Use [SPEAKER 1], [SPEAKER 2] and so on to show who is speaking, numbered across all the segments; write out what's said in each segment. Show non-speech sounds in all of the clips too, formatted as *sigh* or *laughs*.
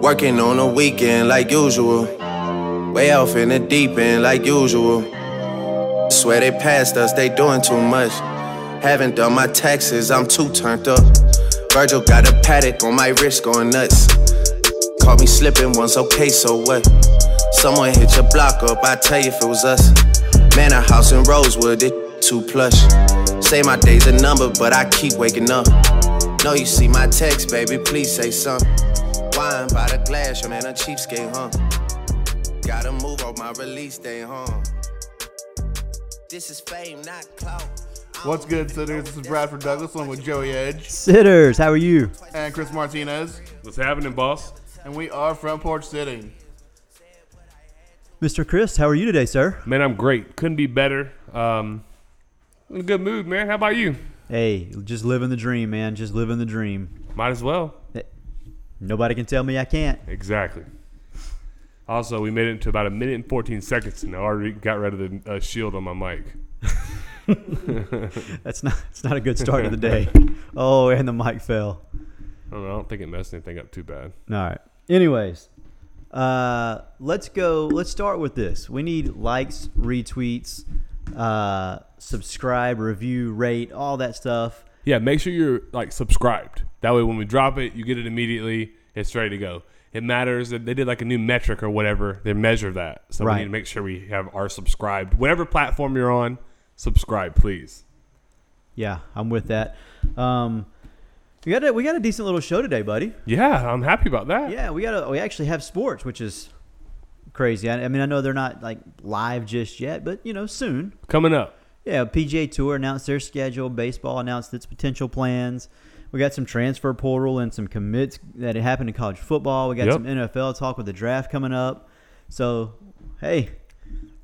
[SPEAKER 1] Working on a weekend like usual. Way off in the deep end like usual. Swear they passed us, they doing too much. Haven't done my taxes, I'm too turned up. Virgil got a paddock on my wrist going nuts. Caught me slipping once, okay, so what? Someone hit your block up, I tell you if it was us. Man, a house in Rosewood, it too plush. Say my day's a number, but I keep waking up. No, you see my text, baby, please say something. Wine by the glass, your man a cheapskate, huh? Gotta move on my release day, huh? This is fame, not clout.
[SPEAKER 2] What's good, sitters? This is Bradford Douglas, along with Joey Edge
[SPEAKER 3] Sitters, how are you?
[SPEAKER 2] and Chris Martinez,
[SPEAKER 4] What's happening, boss?
[SPEAKER 2] and we are Front Porch Sitting.
[SPEAKER 3] Mr. Chris, how are you today, sir?
[SPEAKER 4] Man, I'm great. Couldn't be better. Um, in a good mood, man. How about you?
[SPEAKER 3] Hey, just living the dream, man. Just living the dream.
[SPEAKER 4] Might as well.
[SPEAKER 3] Nobody can tell me I can't.
[SPEAKER 4] Exactly. Also, we made it to about a minute and 14 seconds, and I already got rid of the uh, shield on my mic.
[SPEAKER 3] That's not *laughs* it's not a good start of the day. Oh, and the mic fell.
[SPEAKER 4] I don't, know, I don't think it messed anything up too bad.
[SPEAKER 3] All right. Anyways, uh, let's go. Let's start with this. We need likes, retweets, uh, subscribe, review, rate, all that stuff.
[SPEAKER 4] Yeah, make sure you're like subscribed. That way, when we drop it, you get it immediately. It's ready to go. It matters that they did like a new metric or whatever. They measure that, so
[SPEAKER 3] Right.
[SPEAKER 4] we need to make sure we have our subscribed. Whatever platform you're on, subscribe, please.
[SPEAKER 3] Yeah, I'm with that. Um, we got a, we got a decent little show today, buddy.
[SPEAKER 4] Yeah, I'm happy about that.
[SPEAKER 3] Yeah, we got a, we actually have sports, which is crazy. I, I mean, I know they're not like live just yet, but you know, soon.
[SPEAKER 4] Coming up.
[SPEAKER 3] Yeah, PGA Tour announced their schedule. Baseball announced its potential plans. We got some transfer portal and some commits that happened in college football. We got
[SPEAKER 4] Yep.
[SPEAKER 3] some NFL talk with the draft coming up. So, hey,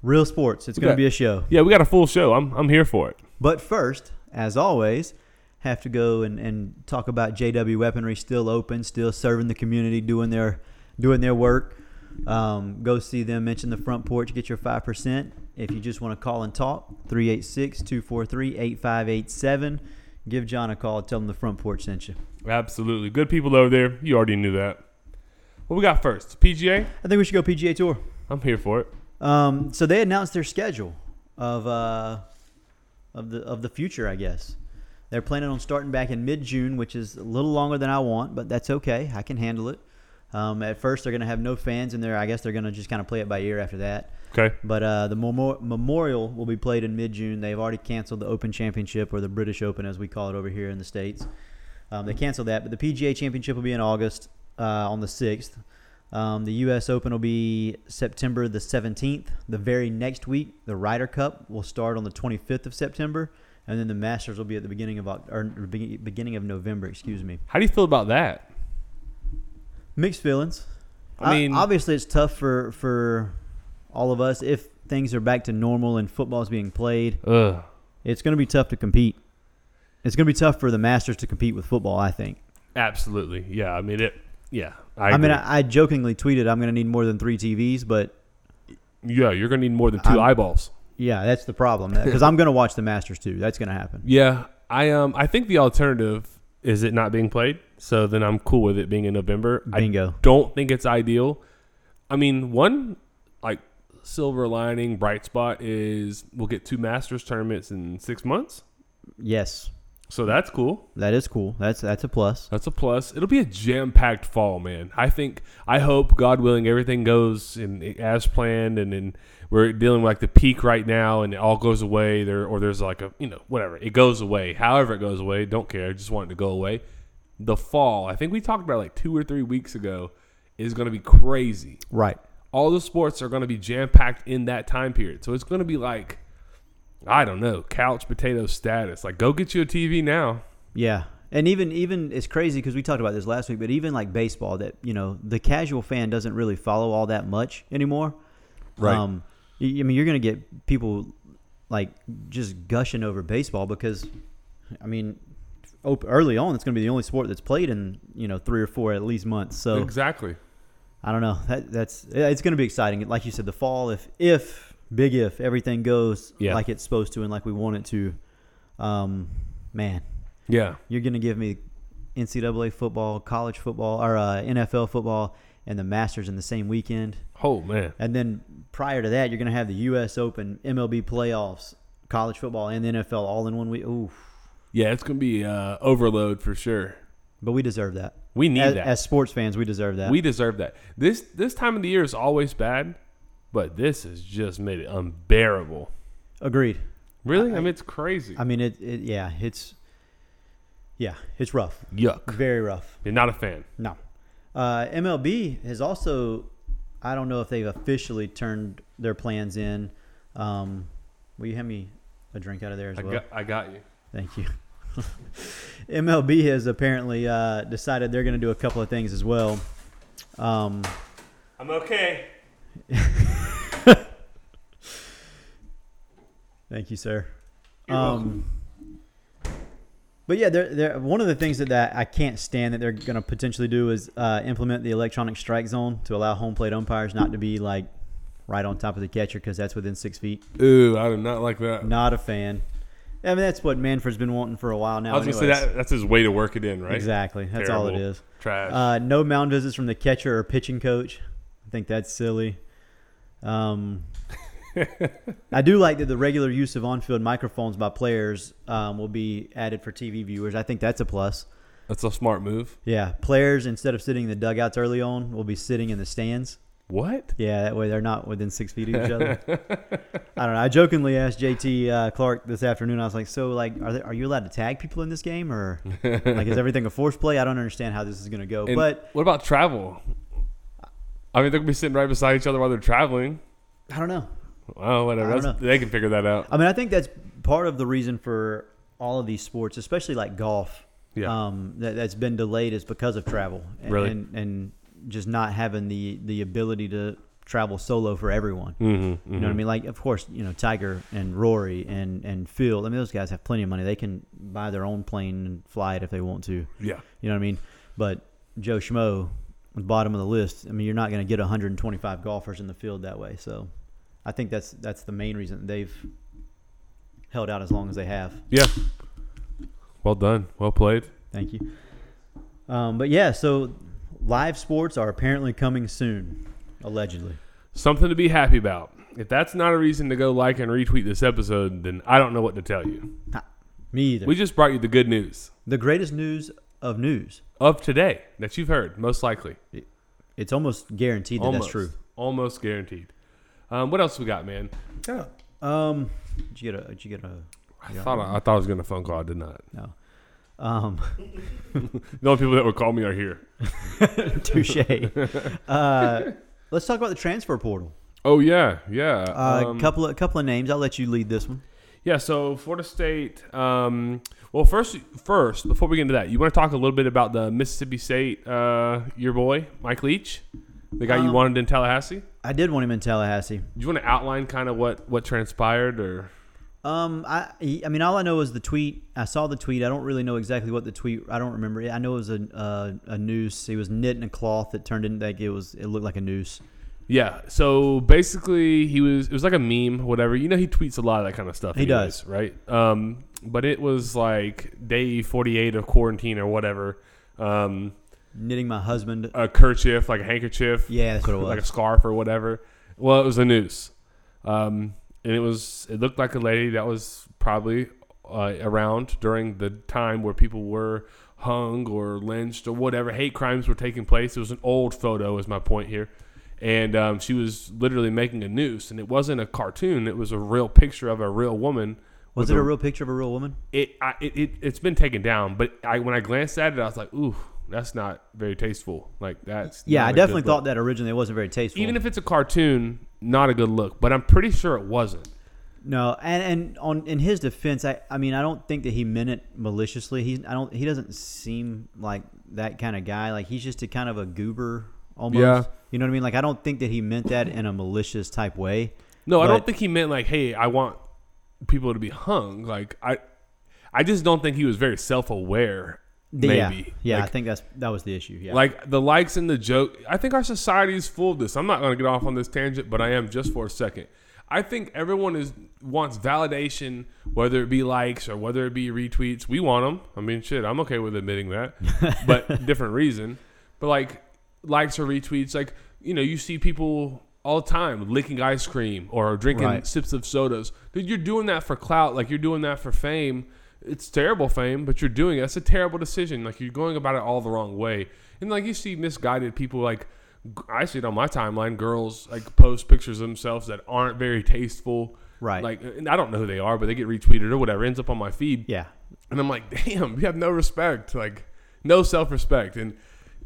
[SPEAKER 3] real sports. It's going to
[SPEAKER 4] got-
[SPEAKER 3] be a show.
[SPEAKER 4] Yeah, we got a full show. I'm I'm here for it.
[SPEAKER 3] But first, as always, have to go and, and talk about JW Weaponry still open, still serving the community, doing their doing their work. Um, go see them, mention the front porch, get your 5%. If you just want to call and talk, 386 243 8587. Give John a call, tell him the front porch sent you.
[SPEAKER 4] Absolutely. Good people over there. You already knew that. What we got first? PGA?
[SPEAKER 3] I think we should go PGA Tour.
[SPEAKER 4] I'm here for it.
[SPEAKER 3] Um, so they announced their schedule of uh, of the of the future, I guess. They're planning on starting back in mid June, which is a little longer than I want, but that's okay. I can handle it. Um, at first, they're going to have no fans in there. I guess they're going to just kind of play it by ear after that.
[SPEAKER 4] Okay.
[SPEAKER 3] But uh, the memor- memorial will be played in mid June. They've already canceled the Open Championship or the British Open, as we call it over here in the States. Um, they canceled that, but the PGA Championship will be in August uh, on the 6th. Um, the U.S. Open will be September the 17th. The very next week, the Ryder Cup will start on the 25th of September, and then the Masters will be at the beginning of Oc- or be- beginning of November. Excuse me.
[SPEAKER 4] How do you feel about that?
[SPEAKER 3] Mixed feelings.
[SPEAKER 4] I mean-
[SPEAKER 3] obviously, it's tough for for all of us if things are back to normal and football's being played.
[SPEAKER 4] Ugh.
[SPEAKER 3] It's going to be tough to compete. It's going to be tough for the Masters to compete with football. I think.
[SPEAKER 4] Absolutely. Yeah. I mean it. Yeah.
[SPEAKER 3] I, mean,
[SPEAKER 4] agree.
[SPEAKER 3] I, I jokingly tweeted, "I'm going to need more than three TVs," but
[SPEAKER 4] yeah, you're gonna need more than 2 eyeballs.
[SPEAKER 3] yeah, that's the
[SPEAKER 4] *laughs*
[SPEAKER 3] problem because I'm going to watch the Masters too. That's going to happen.
[SPEAKER 4] Yeah. I um. I think the alternative is it not being played. So then I'm cool with it being in November.
[SPEAKER 3] Bingo.
[SPEAKER 4] I don't think it's ideal. I mean, one like silver lining, bright spot is we'll get two Masters tournaments in six months.
[SPEAKER 3] Yes,
[SPEAKER 4] So that's cool.
[SPEAKER 3] that is cool. That's that's a plus.
[SPEAKER 4] That's a plus. It'll be a jam-packed fall, man. I think, I hope, God willing, everything goes in, as planned, and then we're dealing with like the peak right now, and it all goes away. There or there's like a you know whatever it goes away. However it goes away, don't care. I just want it to go away. The fall, I think we talked about it like two or three weeks ago, is going to be crazy.
[SPEAKER 3] Right.
[SPEAKER 4] All the sports are going to be jam-packed in that time period, so it's going to be like, I don't know, couch potato status. Like, go get you a TV now.
[SPEAKER 3] Yeah. And even even it's crazy because we talked about this last week, but even like baseball, that you know the casual fan doesn't really follow all that much anymore.
[SPEAKER 4] Right.
[SPEAKER 3] Um, y- I mean, you're gonna get people like just gushing over baseball because, I mean, op- early on it's gonna be the only sport that's played in you know three or four at least months. So
[SPEAKER 4] Exactly.
[SPEAKER 3] I don't know. That, that's it's gonna be exciting. Like you said, the fall if if big if everything goes
[SPEAKER 4] Yeah.
[SPEAKER 3] like it's supposed to and like we want it to, um, man,
[SPEAKER 4] Yeah.
[SPEAKER 3] you're going to give me NCAA football, college football, or uh, NFL football, and the Masters in the same weekend.
[SPEAKER 4] Oh man,
[SPEAKER 3] And then prior to that, you're going to have the U.S. Open, MLB playoffs, college football, and the NFL all in one week. Ooh,
[SPEAKER 4] yeah, it's gonna be uh, overload for sure.
[SPEAKER 3] but we deserve that.
[SPEAKER 4] We need
[SPEAKER 3] as,
[SPEAKER 4] that.
[SPEAKER 3] as sports fans. We deserve that.
[SPEAKER 4] We deserve that. This this time of the year is always bad, but this has just made it unbearable.
[SPEAKER 3] agreed.
[SPEAKER 4] Really, I, mean it's crazy.
[SPEAKER 3] I mean, it, it. Yeah, it's. Yeah, it's rough.
[SPEAKER 4] Yuck.
[SPEAKER 3] Very rough.
[SPEAKER 4] You're not a fan.
[SPEAKER 3] No. Uh, MLB has also, I don't know if they've officially turned their plans in. Um, will you hand me a drink out of there as
[SPEAKER 4] I
[SPEAKER 3] well?
[SPEAKER 4] got I got you.
[SPEAKER 3] Thank you. *laughs* MLB has apparently uh, decided they're going to do a couple of things as well. Um,
[SPEAKER 4] I'm okay.
[SPEAKER 3] *laughs* thank you, sir. Um, but yeah, they're, they're, one of the things that, that I can't stand that they're going to potentially do is uh, implement the electronic strike zone to allow home plate umpires not to be like right on top of the catcher because that's within six feet.
[SPEAKER 4] Ooh, I do not like that.
[SPEAKER 3] Not a fan. I mean, that's what Manfred's been wanting for a while now.
[SPEAKER 4] I was gonna say
[SPEAKER 3] anyways.
[SPEAKER 4] that that's his way to work it in, right?
[SPEAKER 3] Exactly. That's all it
[SPEAKER 4] Terrible.
[SPEAKER 3] is.
[SPEAKER 4] Trash.
[SPEAKER 3] Uh, no mound visits from the catcher or pitching coach. I think that's silly.
[SPEAKER 4] *laughs*
[SPEAKER 3] Um, I do like that the regular use of on-field microphones by players um, will be added for TV viewers. I think that's a plus.
[SPEAKER 4] that's a smart move.
[SPEAKER 3] Yeah, players instead of sitting in the dugouts early on will be sitting in the stands.
[SPEAKER 4] What?
[SPEAKER 3] Yeah, that way they're not within six feet of each other. I don't know. I jokingly asked JT uh, Clark this afternoon. I was like, "So, like, are there, are you allowed to tag people in this game, or like, is everything a force play? I don't understand how this is going to go."
[SPEAKER 4] And
[SPEAKER 3] but
[SPEAKER 4] what about travel? I mean, they're gonna be sitting right beside each other while they're traveling.
[SPEAKER 3] I don't know.
[SPEAKER 4] Oh, whatever.
[SPEAKER 3] I don't
[SPEAKER 4] That's,
[SPEAKER 3] know. Uh,
[SPEAKER 4] they can figure that out.
[SPEAKER 3] I mean, I think that's part of the reason for all of these sports, especially like golf,
[SPEAKER 4] Yeah.
[SPEAKER 3] um, that, that's been delayed is because of travel and,
[SPEAKER 4] Really?
[SPEAKER 3] and, and just not having the, the ability to travel solo for everyone.
[SPEAKER 4] Mm-hmm,
[SPEAKER 3] You know what I mean? Like, of course, you know, Tiger and Rory and, and Phil, I mean, those guys have plenty of money. They can buy their own plane and fly it if they want to. You
[SPEAKER 4] Yeah.
[SPEAKER 3] know what I mean? But Joe Schmo, the bottom of the list, I mean, you're not going to get 125 golfers in the field that way. So I think that's, that's the main reason they've held out as long as they have.
[SPEAKER 4] Yeah. Well done. Well played.
[SPEAKER 3] Thank you. Um, but yeah, so live sports are apparently coming soon, allegedly.
[SPEAKER 4] Something to be happy about. If that's not a reason to go like and retweet this episode, then I don't know what to tell you.
[SPEAKER 3] Ha, Me either.
[SPEAKER 4] We just brought you the good news
[SPEAKER 3] the greatest news of news.
[SPEAKER 4] of today that you've heard, most likely.
[SPEAKER 3] It's almost guaranteed that
[SPEAKER 4] Almost.
[SPEAKER 3] that's true.
[SPEAKER 4] Almost guaranteed. Um, what else we got, man? Yeah.
[SPEAKER 3] Um, did you get a? Did you get a?
[SPEAKER 4] I thought I, I thought I was getting a phone call. I did not.
[SPEAKER 3] No. Um,
[SPEAKER 4] The only people that would call me are here.
[SPEAKER 3] touche. *laughs* Uh, let's talk about the transfer portal.
[SPEAKER 4] Oh yeah, yeah.
[SPEAKER 3] A couple of couple of names. I'll let you lead this one.
[SPEAKER 4] Yeah, so Florida State. Um, well, first, first, before we get into that, you want to talk a little bit about the Mississippi State, uh, your boy Mike Leach, the guy
[SPEAKER 3] Um,
[SPEAKER 4] you wanted in Tallahassee.
[SPEAKER 3] I did want him in Tallahassee.
[SPEAKER 4] Do you want to outline kind of what what transpired, or
[SPEAKER 3] Um, I he- I mean, all I know is the tweet. I saw the tweet. I don't really know exactly what the tweet. I don't remember. I know it was a uh, a noose. It was knitting a cloth that turned into like it was. It looked like a noose.
[SPEAKER 4] yeah? So basically, he was it was like a meme, whatever. You know, he tweets a lot of that kind of stuff.
[SPEAKER 3] He
[SPEAKER 4] anyways,
[SPEAKER 3] does.
[SPEAKER 4] right? Um, but it was like day forty eight of quarantine or whatever. Um,
[SPEAKER 3] Knitting my husband.
[SPEAKER 4] a kerchief, like a handkerchief.
[SPEAKER 3] Yeah, that's what it
[SPEAKER 4] like a
[SPEAKER 3] was.
[SPEAKER 4] scarf or whatever. Well, it was a noose, um, and it was it looked like a lady that was probably uh, around during the time where people were hung or lynched or whatever hate crimes were taking place. It was an old photo, is my point here, and um, she was literally making a noose, and it wasn't a cartoon. It was a real picture of a real woman.
[SPEAKER 3] Was
[SPEAKER 4] with
[SPEAKER 3] it a real picture of a real woman?
[SPEAKER 4] it, I, it, it it's been taken down, but I when I glanced at it, I was like, ooh, that's not very tasteful. Like that's
[SPEAKER 3] Yeah,
[SPEAKER 4] not
[SPEAKER 3] I
[SPEAKER 4] a good
[SPEAKER 3] definitely
[SPEAKER 4] look."
[SPEAKER 3] thought that originally. It wasn't very tasteful.
[SPEAKER 4] even if it's a cartoon, not a good look. But I'm pretty sure it wasn't.
[SPEAKER 3] No, and and on in his defense, I, I mean I don't think that he meant it maliciously. He's I don't he doesn't seem like that kind of guy. Like he's just a kind of a goober almost.
[SPEAKER 4] Yeah.
[SPEAKER 3] You know what I mean? Like I don't think that he meant that in a malicious type way.
[SPEAKER 4] No, I don't
[SPEAKER 3] But-
[SPEAKER 4] think he meant like, hey, I want people to be hung. Like I, I just don't think he was very self aware. Maybe.
[SPEAKER 3] Yeah, yeah. I
[SPEAKER 4] Like,
[SPEAKER 3] think that's that was the issue. Yeah.
[SPEAKER 4] like the likes and the joke. I think our society is full of this. I'm not going to get off on this tangent, but I am just for a second. I think everyone is wants validation, whether it be likes or whether it be
[SPEAKER 3] *laughs*
[SPEAKER 4] retweets. We want them. I mean, shit, I'm okay with admitting that, but different reason. But like, likes or retweets. Like you know, you see people all the time licking ice cream or drinking
[SPEAKER 3] Right.
[SPEAKER 4] sips of sodas. Dude, you're doing that for clout. Like you're doing that for fame. It's terrible fame, but you're doing it. That's a terrible decision. Like you're going about it all the wrong way. And like you see misguided people. Like g- I see it on my timeline. Girls like post pictures of themselves that aren't very tasteful.
[SPEAKER 3] Right.
[SPEAKER 4] Like and I don't know who they are, but they get retweeted or whatever. Ends up on my feed.
[SPEAKER 3] Yeah.
[SPEAKER 4] And I'm like, damn, you have no respect, like no self respect, and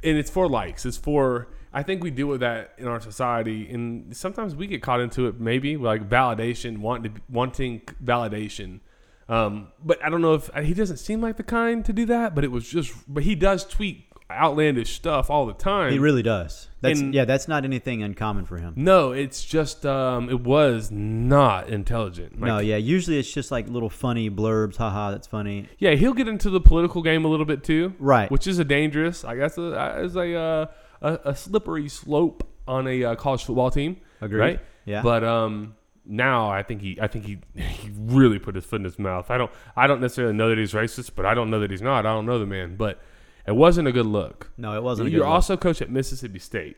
[SPEAKER 4] and it's for likes. It's for I think we deal with that in our society, and sometimes we get caught into it. Maybe like validation, wanting wanting validation. Um, but I don't know if he doesn't seem like the kind to do that. But it was just, but he does tweet outlandish stuff all the time.
[SPEAKER 3] He really does. That's
[SPEAKER 4] And-
[SPEAKER 3] yeah. That's not anything uncommon for him.
[SPEAKER 4] no, it's just um, it was not intelligent. Like,
[SPEAKER 3] no, yeah. Usually it's just like little funny blurbs. Haha, that's funny.
[SPEAKER 4] Yeah, he'll get into the political game a little bit too,
[SPEAKER 3] Right.
[SPEAKER 4] Which is a dangerous, I guess, a, is a, uh, a a slippery slope on a uh, college football team.
[SPEAKER 3] Agreed.
[SPEAKER 4] Right?
[SPEAKER 3] Yeah.
[SPEAKER 4] But um, now I think he, I think he, *laughs* he really put his foot in his mouth. I don't, I don't necessarily know that he's racist, but I don't know that he's not. I don't know the man, but it wasn't a good look.
[SPEAKER 3] No, it wasn't. A
[SPEAKER 4] You're
[SPEAKER 3] good look.
[SPEAKER 4] also coach at Mississippi State,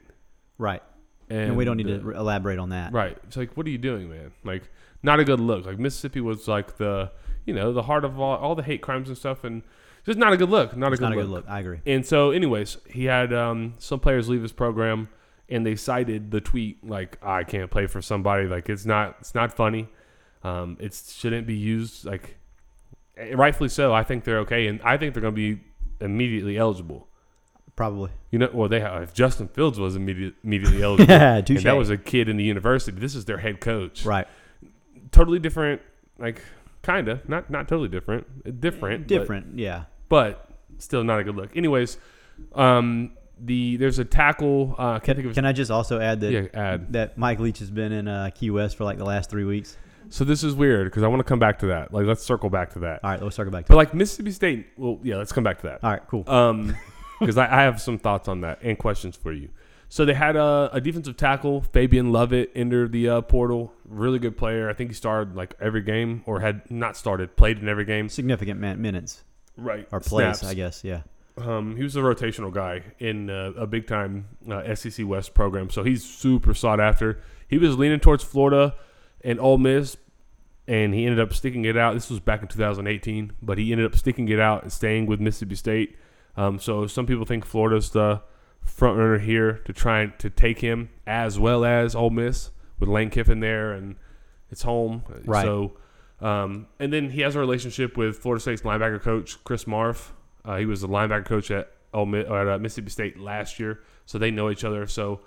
[SPEAKER 3] right,
[SPEAKER 4] and,
[SPEAKER 3] and, we don't need
[SPEAKER 4] uh,
[SPEAKER 3] to re- elaborate on that.
[SPEAKER 4] Right. It's like, what are you doing, man? Like, not a good look. Like Mississippi was like the, you know, the heart of all, all the hate crimes and stuff, and just not a good look. Not, a
[SPEAKER 3] It's
[SPEAKER 4] good,
[SPEAKER 3] not a
[SPEAKER 4] look.
[SPEAKER 3] good look. I agree.
[SPEAKER 4] And so, anyways, he had um, some players leave his program, and they cited the tweet like, "I can't play for somebody. Like, it's not, it's not funny. Um, it shouldn't be used. Like, eh, rightfully so. I think they're okay, and I think they're going to be immediately eligible."
[SPEAKER 3] Probably.
[SPEAKER 4] You know, well, they have, if Justin Fields was immediate, immediately
[SPEAKER 3] *laughs*
[SPEAKER 4] eligible,
[SPEAKER 3] Yeah,
[SPEAKER 4] and
[SPEAKER 3] touche.
[SPEAKER 4] that was a kid in the university. This is their head coach,
[SPEAKER 3] Right.
[SPEAKER 4] Totally different, like kind of not not totally different, Uh, different, but-
[SPEAKER 3] Different. yeah.
[SPEAKER 4] but, still not a good look. Anyways, um, the there's a tackle. Uh, I can't think of
[SPEAKER 3] Can,
[SPEAKER 4] his-
[SPEAKER 3] can I just also add that
[SPEAKER 4] Yeah, add.
[SPEAKER 3] that Mike Leach has been in uh, Key West for like the last three weeks.
[SPEAKER 4] so this is weird because I want to come back to that. Like, let's circle back to that.
[SPEAKER 3] All right, let's circle back to.
[SPEAKER 4] But
[SPEAKER 3] it.
[SPEAKER 4] like Mississippi State, well, yeah, let's come back to that.
[SPEAKER 3] All right, cool.
[SPEAKER 4] Um, *laughs* because I, I have some thoughts on that and questions for you. So they had a, a defensive tackle, Fabian Lovett, enter the uh, portal. Really good player. I think he started like every game, or had not started, played in every game.
[SPEAKER 3] Significant man- minutes
[SPEAKER 4] Right.
[SPEAKER 3] or plays,
[SPEAKER 4] Snaps.
[SPEAKER 3] I guess. Yeah.
[SPEAKER 4] Um, he was a rotational guy in uh, a big time uh, SEC West program, so he's super sought after. He was leaning towards Florida and Ole Miss, and he ended up sticking it out. This was back in 2018, but he ended up sticking it out and staying with Mississippi State. Um, so some people think Florida's the front runner here to try and to take him, as well as Ole Miss with Lane Kiffin there, and it's home.
[SPEAKER 3] Right.
[SPEAKER 4] So, um, and then he has a relationship with Florida State's linebacker coach Chris Marf. Uh, he was the linebacker coach at Ole Miss, or at uh, Mississippi State last year, so they know each other. So,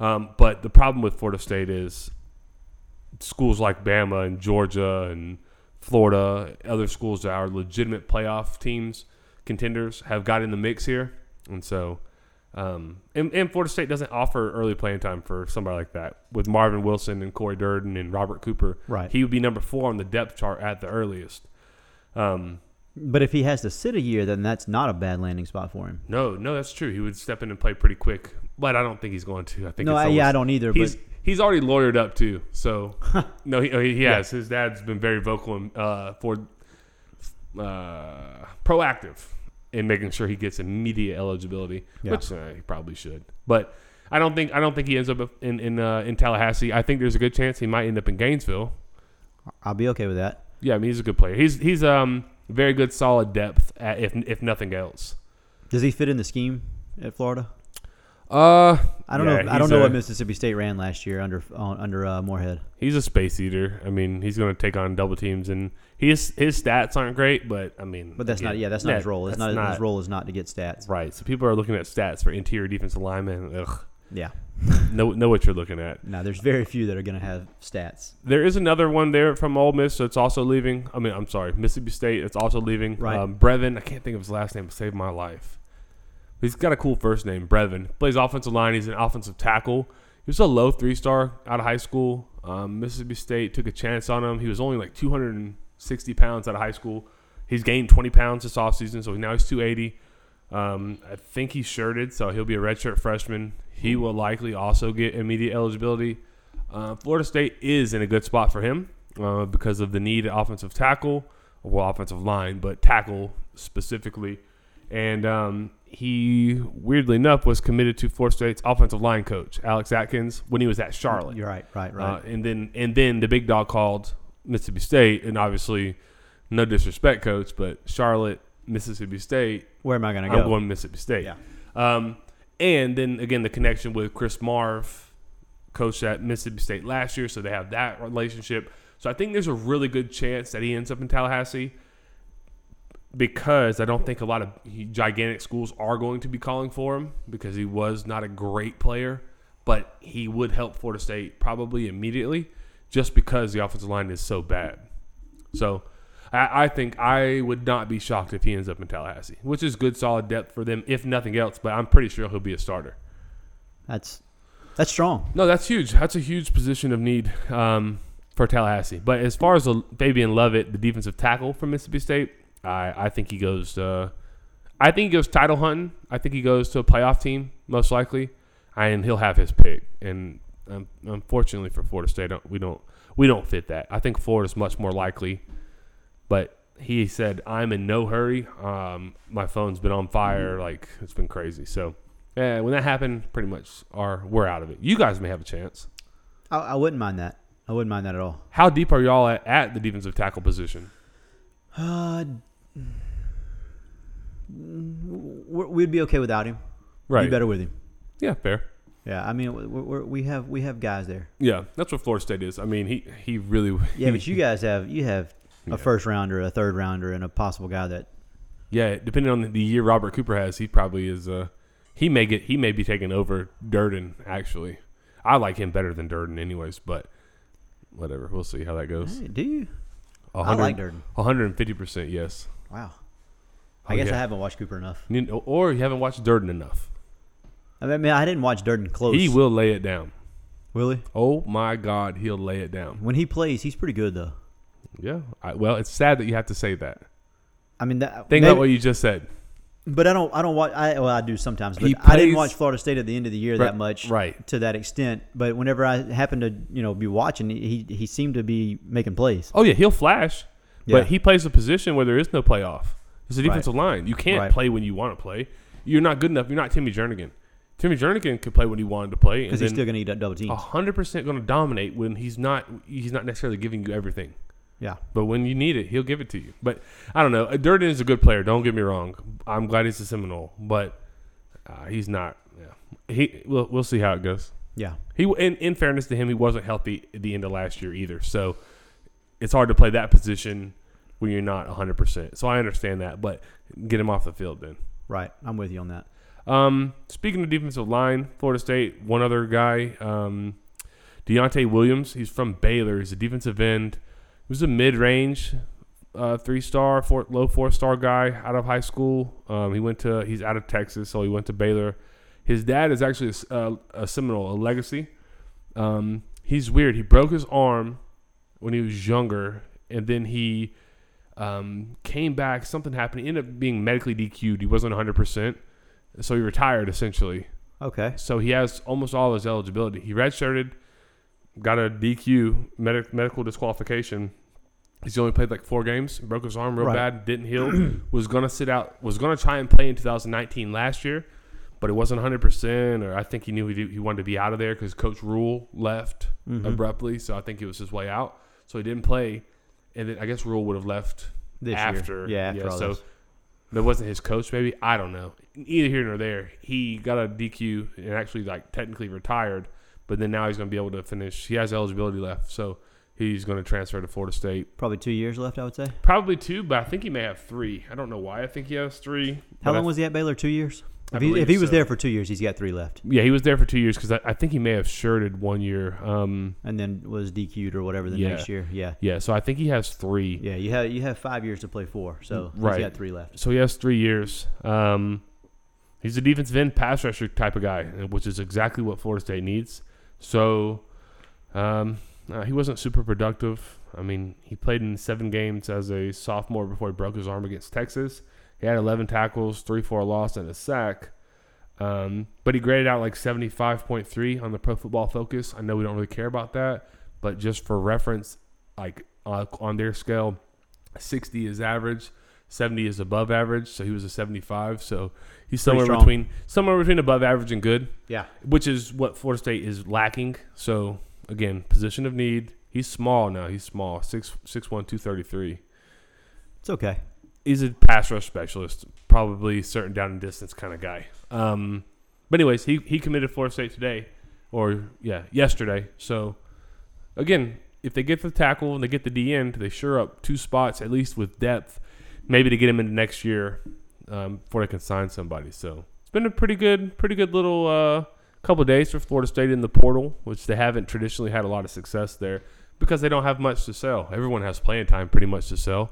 [SPEAKER 4] um, but the problem with Florida State is schools like Bama and Georgia and Florida, other schools that are legitimate playoff teams, contenders, have got in the mix here. And so, um, and, and Florida State doesn't offer early playing time for somebody like that with Marvin Wilson and Corey Durden and Robert Cooper.
[SPEAKER 3] Right.
[SPEAKER 4] He would be number four on the depth chart at the earliest. Um,
[SPEAKER 3] But if he has to sit a year, then that's not a bad landing spot for him.
[SPEAKER 4] no, no, that's true. He would step in and play pretty quick, but I don't think he's going to. I think
[SPEAKER 3] No,
[SPEAKER 4] it's
[SPEAKER 3] I,
[SPEAKER 4] always-
[SPEAKER 3] yeah, I don't either.
[SPEAKER 4] He's
[SPEAKER 3] but
[SPEAKER 4] he's already lawyered up too.
[SPEAKER 3] *laughs*
[SPEAKER 4] So no, he, he has. His dad's been very vocal and uh, for uh, proactive in making sure he gets immediate eligibility,
[SPEAKER 3] Yeah.
[SPEAKER 4] which uh, he probably should. But I don't think I don't think he ends up in in uh, in Tallahassee. I think there's a good chance he might end up in Gainesville.
[SPEAKER 3] I'll be okay with that.
[SPEAKER 4] Yeah, I mean he's a good player. He's he's um very good solid depth at, if if nothing else.
[SPEAKER 3] Does he fit in the scheme at Florida?
[SPEAKER 4] Uh,
[SPEAKER 3] I don't
[SPEAKER 4] Yeah,
[SPEAKER 3] know. I
[SPEAKER 4] he's
[SPEAKER 3] don't know
[SPEAKER 4] a-
[SPEAKER 3] what Mississippi State ran last year under on, under uh, Moorhead.
[SPEAKER 4] He's a space eater. I mean, he's going to take on double teams, and his his stats aren't great, but I mean,
[SPEAKER 3] But that's not.
[SPEAKER 4] again,
[SPEAKER 3] Yeah, that's not
[SPEAKER 4] that-
[SPEAKER 3] his role. It's
[SPEAKER 4] that's
[SPEAKER 3] not, his role is not to get stats.
[SPEAKER 4] Right. So people are looking at stats for interior defensive linemen. Ugh,
[SPEAKER 3] Yeah.
[SPEAKER 4] know know what you're looking at.
[SPEAKER 3] No, there's very few that are going to have stats.
[SPEAKER 4] There is another one there from Ole Miss that's also leaving. I mean, I'm sorry, Mississippi State. That's also leaving.
[SPEAKER 3] Right.
[SPEAKER 4] Um, Brevin. I can't think of his last name. but Saved my life. He's got a cool first name, Brevin. Plays offensive line. He's an offensive tackle. He was a low three star out of high school. Um, Mississippi State took a chance on him. He was only like 260 pounds out of high school. He's gained 20 pounds this offseason, so now he's 280. Um, I think he's shirted, so he'll be a redshirt freshman. He will likely also get immediate eligibility. Uh, Florida State is in a good spot for him uh, because of the need at offensive tackle, well, offensive line, but tackle specifically. And um, he weirdly enough was committed to Florida State's offensive line coach Alex Atkins when he was at Charlotte.
[SPEAKER 3] You're right, right, right.
[SPEAKER 4] Uh, and then and then the big dog called Mississippi State, and obviously, no disrespect, coach, but Charlotte, Mississippi State,
[SPEAKER 3] Where am I going to
[SPEAKER 4] I'm
[SPEAKER 3] go?
[SPEAKER 4] going Mississippi State.
[SPEAKER 3] Yeah.
[SPEAKER 4] Um, and then again, the connection with Chris Marv, coached at Mississippi State last year, so they have that relationship. So I think there's a really good chance that he ends up in Tallahassee because I don't think a lot of gigantic schools are going to be calling for him because he was not a great player, but he would help Florida State probably immediately just because the offensive line is so bad. So I, I think I would not be shocked if he ends up in Tallahassee, which is good, solid depth for them, if nothing else. But I'm pretty sure he'll be a starter.
[SPEAKER 3] That's that's strong.
[SPEAKER 4] No, that's huge. That's a huge position of need um, for Tallahassee. But as far as the Fabian Lovett, the defensive tackle from Mississippi State, I, I think he goes. Uh, I think he goes title hunting. I think he goes to a playoff team most likely, and he'll have his pick. And um, unfortunately for Florida State, don't- we don't we don't fit that. I think Florida's much more likely. But he said, "I'm in no hurry. Um, my phone's been on fire. Like it's been crazy." So. Yeah, when that happened, pretty much are we're out of it. You guys may have a chance.
[SPEAKER 3] I, I wouldn't mind that. I wouldn't mind that at all.
[SPEAKER 4] How deep are y'all at, at the defensive tackle position?
[SPEAKER 3] Uh, mm, we're- we'd be okay without him.
[SPEAKER 4] Right.
[SPEAKER 3] Be better with him.
[SPEAKER 4] Yeah, fair.
[SPEAKER 3] Yeah, I mean, we're, we're, we have we have guys there.
[SPEAKER 4] Yeah, that's what Florida State is. I mean, he he really. *laughs*
[SPEAKER 3] Yeah, but you guys have you have a first rounder, a third rounder, and a possible guy that
[SPEAKER 4] yeah, depending on the year Robert Cooper has, he probably is. Uh, he may get he may be taking over Durden. Actually, I like him better than Durden, anyways. But whatever, we'll see how that goes.
[SPEAKER 3] Hey, do you?
[SPEAKER 4] A
[SPEAKER 3] I like
[SPEAKER 4] hundred-
[SPEAKER 3] Durden.
[SPEAKER 4] 150%, yes.
[SPEAKER 3] Wow. I
[SPEAKER 4] Oh,
[SPEAKER 3] guess
[SPEAKER 4] yeah.
[SPEAKER 3] I haven't watched Cooper enough.
[SPEAKER 4] You know, Or you haven't watched Durden enough.
[SPEAKER 3] I mean, I mean, I didn't watch Durden close.
[SPEAKER 4] He will lay it down.
[SPEAKER 3] will he?
[SPEAKER 4] Oh my God, he'll lay it down.
[SPEAKER 3] When he plays, he's pretty good though.
[SPEAKER 4] Yeah. I, well, it's sad that you have to say that.
[SPEAKER 3] I mean, that,
[SPEAKER 4] Think
[SPEAKER 3] maybe-
[SPEAKER 4] about what you just said.
[SPEAKER 3] But I don't. I don't watch. I well, I do sometimes. But
[SPEAKER 4] He
[SPEAKER 3] I didn't
[SPEAKER 4] plays-
[SPEAKER 3] watch Florida State at the end of the year
[SPEAKER 4] Right,
[SPEAKER 3] that much,
[SPEAKER 4] right.
[SPEAKER 3] To that extent. But whenever I happened to, you know, be watching, he he seemed to be making plays.
[SPEAKER 4] Oh yeah, he'll flash,
[SPEAKER 3] Yeah.
[SPEAKER 4] but he plays a position where there is no playoff. It's a defensive line. You can't
[SPEAKER 3] Right.
[SPEAKER 4] play when you want to play. You're not good enough. You're not Timmy Jernigan. Timmy Jernigan could play when he wanted to play, and
[SPEAKER 3] Because he's still
[SPEAKER 4] then Oh.
[SPEAKER 3] going to eat up double teams.
[SPEAKER 4] hundred percent going to dominate when he's not. He's not necessarily giving you everything.
[SPEAKER 3] Yeah.
[SPEAKER 4] But when you need it, he'll give it to you. But I don't know. Durden is a good player. Don't get me wrong. I'm glad he's a Seminole, but uh, he's not. Yeah. He. We'll, we'll see how it goes.
[SPEAKER 3] Yeah.
[SPEAKER 4] He in, in fairness to him, he wasn't healthy at the end of last year either. So it's hard to play that position when you're not 100. percent So I understand that, but get him off the field then.
[SPEAKER 3] Right. I'm with you on that.
[SPEAKER 4] Um, speaking of defensive line, Florida State, one other guy, um, Deontay Williams. He's from Baylor. He's a defensive end. He was a mid-range, uh, three-star, four, low four-star guy out of high school. Um, he went to he's out of Texas, so he went to Baylor. His dad is actually a, s- a- a Seminole, a legacy. Um, he's weird. He broke his arm when he was younger, and then he um, came back. Something happened. He ended up being medically DQ'd. He wasn't 100. percent so he retired essentially.
[SPEAKER 3] Okay.
[SPEAKER 4] So he has almost all his eligibility. He redshirted, got a DQ, medic, medical disqualification. He's only played like four games. Broke his arm real
[SPEAKER 3] Right.
[SPEAKER 4] bad.
[SPEAKER 3] *clears throat*
[SPEAKER 4] Didn't heal. was gonna sit out. Was gonna try and play in 2019 last year, but it wasn't 100. percent Or I think he knew he, did, he wanted to be out of there because Coach Rule left
[SPEAKER 3] Mm-hmm.
[SPEAKER 4] abruptly. So I think it was his way out. So he didn't play, and then I guess Rule would have left
[SPEAKER 3] This year.
[SPEAKER 4] after.
[SPEAKER 3] Yeah, after all
[SPEAKER 4] so
[SPEAKER 3] this.
[SPEAKER 4] that wasn't his coach, maybe. I don't know. Either here nor there. He got a DQ and actually like technically retired, but then now he's gonna be able to finish he has eligibility left, so he's gonna transfer to Florida State.
[SPEAKER 3] Probably two years left, I would say.
[SPEAKER 4] Probably two, but I think he may have three. I don't know why I think he has three.
[SPEAKER 3] How
[SPEAKER 4] but I-
[SPEAKER 3] long was he at Baylor? Two years.
[SPEAKER 4] I
[SPEAKER 3] If he,
[SPEAKER 4] believe
[SPEAKER 3] if he was
[SPEAKER 4] so.
[SPEAKER 3] there for two years, he's got three left,
[SPEAKER 4] Yeah, he was there for two years because I, I think he may have shirted one year. Um,
[SPEAKER 3] and then was DQ'd or whatever the
[SPEAKER 4] Yeah.
[SPEAKER 3] next year. Yeah.
[SPEAKER 4] yeah, so I think he has three.
[SPEAKER 3] Yeah. You have you have five years to play four, so
[SPEAKER 4] Mm, Right.
[SPEAKER 3] he's got three left.
[SPEAKER 4] So he has three years. Um, he's a defensive end pass rusher type of guy, which is exactly what Florida State needs. So um, uh, he wasn't super productive. I mean, he played in seven games as a sophomore before he broke his arm against Texas. He had 11 tackles, three for a loss, and a sack. Um, but he graded out like 75.3 on the Pro Football Focus. I know we don't really care about that, but just for reference, like uh, on their scale, 60 is average, 70 is above average, so he was a 75. So he's somewhere
[SPEAKER 3] strong.
[SPEAKER 4] between somewhere between above average and good,
[SPEAKER 3] Yeah.
[SPEAKER 4] which is what Florida State is lacking. So again, position of need. He's small now. He's small, six six one two thirty three.
[SPEAKER 3] It's okay.
[SPEAKER 4] He's a pass rush specialist, probably certain down and distance kind of guy. Um, but anyways, he he committed Florida State today, or yeah, yesterday. So again, if they get the tackle and they get the D end, they sure up two spots at least with depth, maybe to get him into next year um, before they can sign somebody. So it's been a pretty good, pretty good little uh, couple of days for Florida State in the portal, which they haven't traditionally had a lot of success there because they don't have much to sell. Everyone has playing time pretty much
[SPEAKER 3] *laughs*
[SPEAKER 4] to sell.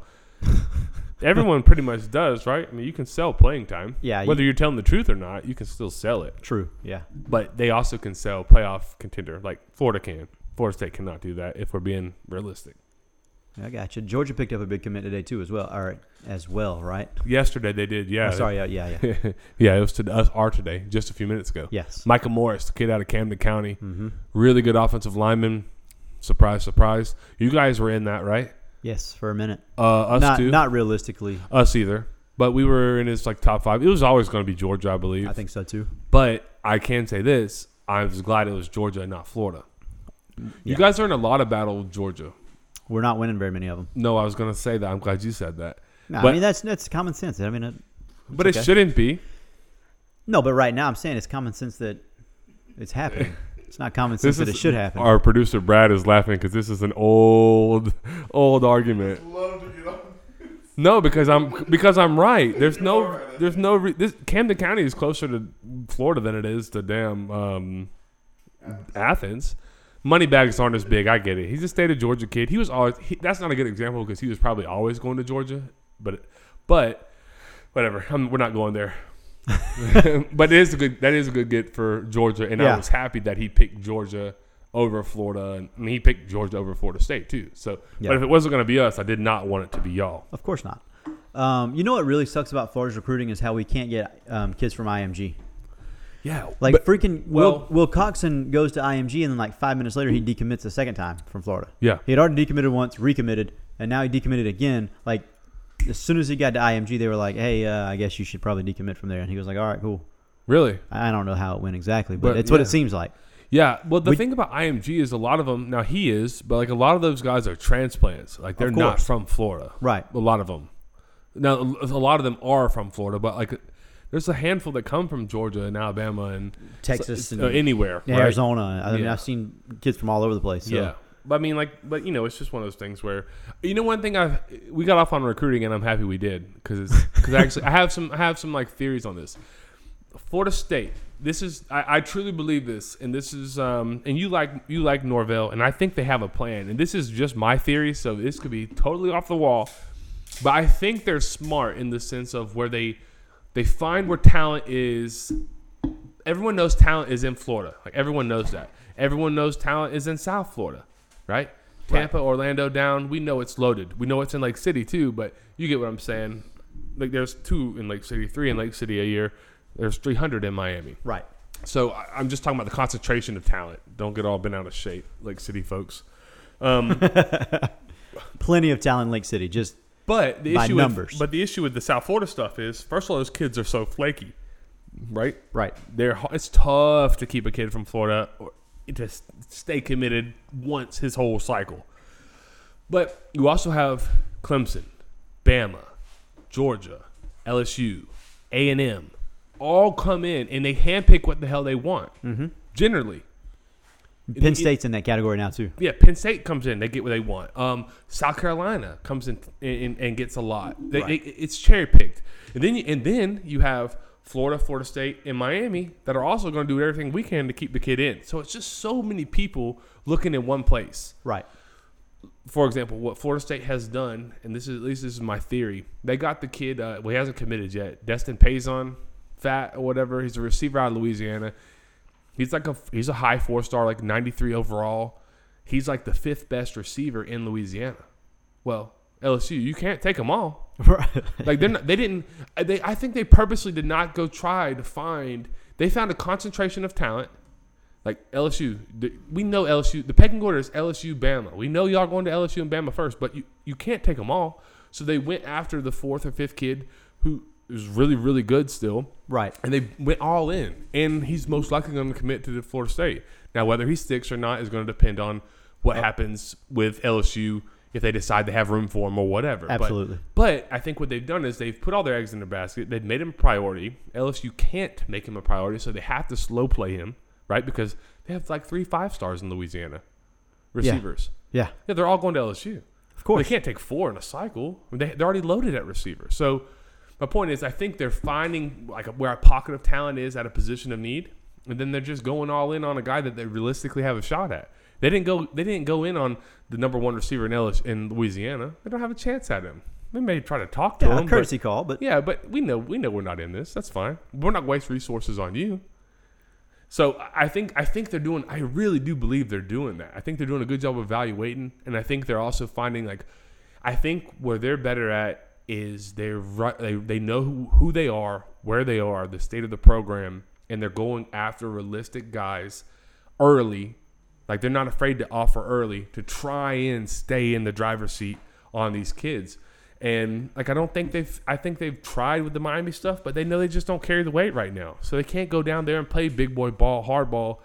[SPEAKER 4] Everyone pretty much does, right? I mean, you can sell playing time.
[SPEAKER 3] Yeah,
[SPEAKER 4] Whether
[SPEAKER 3] you-
[SPEAKER 4] you're telling the truth or not, you can still sell it
[SPEAKER 3] True. Yeah.
[SPEAKER 4] but they also can sell playoff contender like Florida can. Florida State cannot do that if we're being realistic.
[SPEAKER 3] I gotcha. Georgia picked up a big commit today too, as well. All right, as well, right?
[SPEAKER 4] Yesterday they did, yeah.
[SPEAKER 3] Oh, sorry. Yeah. Yeah. yeah.
[SPEAKER 4] *laughs* yeah, it was to us our today, just a few minutes ago.
[SPEAKER 3] yes. Mm-hmm.
[SPEAKER 4] Michael Morris, the kid out of Camden County, really good offensive lineman. Surprise, surprise! You guys were in that, right?
[SPEAKER 3] Yes. For a minute.
[SPEAKER 4] Uh, us
[SPEAKER 3] not
[SPEAKER 4] too,
[SPEAKER 3] not realistically.
[SPEAKER 4] us either. But we were in his like top five. It was always going to be Georgia, I believe.
[SPEAKER 3] I think so too.
[SPEAKER 4] But I can say this: I was glad it was Georgia and not Florida. You
[SPEAKER 3] Yeah.
[SPEAKER 4] guys are in a lot of battle with Georgia.
[SPEAKER 3] We're not winning very many of them.
[SPEAKER 4] No, I was gonna say that. I'm glad you said that.
[SPEAKER 3] No,
[SPEAKER 4] But-
[SPEAKER 3] I mean that's that's common sense. I mean, it,
[SPEAKER 4] But
[SPEAKER 3] okay.
[SPEAKER 4] it shouldn't be.
[SPEAKER 3] no, but right now I'm saying it's common sense that it's
[SPEAKER 4] *laughs*
[SPEAKER 3] happening. It's not common sense that it should happen.
[SPEAKER 4] Our producer Brad is laughing because this is an old, old argument.
[SPEAKER 2] Love to get on.
[SPEAKER 4] No, because I'm because I'm right. There's no there's no re- this Camden County is closer to Florida than it is to damn um, Athens. Money bags aren't as big. I get it. He's a state of Georgia kid. He was always he, that's not a good example because he was probably always going to Georgia. But but whatever. i we're not going there. *laughs* but it is a good that is a good get for Georgia, and I
[SPEAKER 3] Yeah.
[SPEAKER 4] was happy that he picked Georgia over Florida. And, I mean, he picked Georgia over Florida State too. So,
[SPEAKER 3] Yeah.
[SPEAKER 4] but if it wasn't going to be us, I did not want it to be y'all.
[SPEAKER 3] Of course not. Um, you know what really sucks about Florida's recruiting is how we can't get um, kids from IMG.
[SPEAKER 4] Yeah,
[SPEAKER 3] Like
[SPEAKER 4] but-
[SPEAKER 3] freaking
[SPEAKER 4] well-
[SPEAKER 3] Will, Will Coxon goes to IMG and then like five minutes later he decommits a second time from Florida.
[SPEAKER 4] Yeah.
[SPEAKER 3] he had already decommitted once, recommitted, and now he decommitted again. Like as soon as he got to IMG, they were like, "Hey, uh, I guess you should probably decommit from there." And he was like, "All right, cool."
[SPEAKER 4] Really?
[SPEAKER 3] I I don't know how it went exactly, but,
[SPEAKER 4] But,
[SPEAKER 3] it's what
[SPEAKER 4] yeah.
[SPEAKER 3] it seems like.
[SPEAKER 4] Yeah. Well, the thing about IMG is a lot of them. Now he is, but like a lot of those guys are transplants. Like they're not
[SPEAKER 3] course.
[SPEAKER 4] from Florida.
[SPEAKER 3] Right.
[SPEAKER 4] A lot of them. Now a lot of them are from Florida, but like there's a handful that come from Georgia and Alabama and
[SPEAKER 3] Texas
[SPEAKER 4] so-
[SPEAKER 3] and
[SPEAKER 4] uh, anywhere.
[SPEAKER 3] Yeah,
[SPEAKER 4] right?
[SPEAKER 3] Arizona. I mean,
[SPEAKER 4] Yeah.
[SPEAKER 3] I've seen kids from all over the place. So.
[SPEAKER 4] Yeah. But I mean, like, but you know, it's just one of those things where, you know, one thing I we got off on recruiting, and I'm happy we did because because actually I have some I have some like theories on this. Florida State. This is I, I truly believe this, and this is um and you like you like Norvell, and I think they have a plan, and this is just my theory, so this could be totally off the wall, but I think they're smart in the sense of where they they find where talent is everyone knows talent is in Florida. Like everyone knows that. Everyone knows talent is in South Florida, right? Tampa, Orlando, down. We know it's loaded. We know it's in Lake City too. But you get what I'm saying. Like there's two in Lake City, three in Lake City a year. There's 300 in Miami.
[SPEAKER 3] Right.
[SPEAKER 4] So I, I'm just talking about the concentration of talent. Don't get all bent out of shape, Lake City folks. Um,
[SPEAKER 3] Plenty of talent in Lake City. Just
[SPEAKER 4] But the
[SPEAKER 3] By
[SPEAKER 4] issue
[SPEAKER 3] numbers.
[SPEAKER 4] With, but the issue with the South Florida stuff is, first of all, those kids are so flaky, right?
[SPEAKER 3] Right.
[SPEAKER 4] They're h- it's tough to keep a kid from Florida or to s- stay committed once his whole cycle. But you also have Clemson, Bama, Georgia, LSU, A and M, all come in and they handpick what the hell they want. Mm-hmm. Generally,
[SPEAKER 3] Penn
[SPEAKER 4] it-
[SPEAKER 3] State's in that category now too.
[SPEAKER 4] yeah, Penn State comes in, they get what they want. Um, South Carolina comes in and, and gets a lot. They, they, it's cherry picked, and then you, and then you have Florida, Florida State, and Miami that are also going to do everything we can to keep the kid in. So it's just so many people looking in one place
[SPEAKER 3] Right.
[SPEAKER 4] for example, what Florida State has done, and this is at least this is my theory. They got the kid. Uh, well, he hasn't committed yet. Destin Payson, fat or whatever. He's a receiver out of Louisiana. He's like a he's a high four star, like ninety three overall. He's like the fifth best receiver in Louisiana. Well, LSU, you can't take them all. *laughs* Like they're not, they didn't. uh, They I think they purposely did not go try to find. They found a concentration of talent. Like LSU, the, we know LSU. The pecking order is LSU, Bama. We know y'all going to LSU and Bama first, but you, you can't take them all. So they went after the fourth or fifth kid who is really, really good still.
[SPEAKER 3] *laughs* Right.
[SPEAKER 4] And they went all in. And he's most likely going to commit to the Florida State. Now, whether he sticks or not is going to depend on what
[SPEAKER 3] Oh.
[SPEAKER 4] happens with LSU if they decide to have room for him or whatever. But-
[SPEAKER 3] Absolutely.
[SPEAKER 4] But, I think what they've done is they've put all their eggs in their basket. They've made him a priority. LSU can't make him a priority, so they have to slow play him, right? Because they have like three five stars in Louisiana receivers.
[SPEAKER 3] Yeah.
[SPEAKER 4] Yeah, they're all going to LSU. Of
[SPEAKER 3] course.
[SPEAKER 4] They can't take four in a cycle. I mean, They, they're already loaded at receiver. So my point is, I think they're finding like where a pocket of talent is at a position of need, and then they're just going all in on a guy that they realistically have a shot at. They didn't go. They didn't go in on the number one receiver in LSU, in Louisiana. They don't have a chance at him. They may try to talk to
[SPEAKER 3] Yeah,
[SPEAKER 4] him.
[SPEAKER 3] a
[SPEAKER 4] but-
[SPEAKER 3] courtesy call, but
[SPEAKER 4] yeah, but we know we know we're not in this. That's fine. We're not waste resources on you. So I- I think I think they're doing. I really do believe they're doing that. I think they're doing a good job of evaluating, and I think they're also finding like, I think where they're better at is they're right. They they know who, who they are, where they are, the state of the program, and they're going after realistic guys early. Like they're not afraid to offer early to try and stay in the driver's seat on these kids. And like I don't think they've I think they've tried with the Miami stuff, but they know they just don't carry the weight right now. So they can't go down there and play big boy ball, hard ball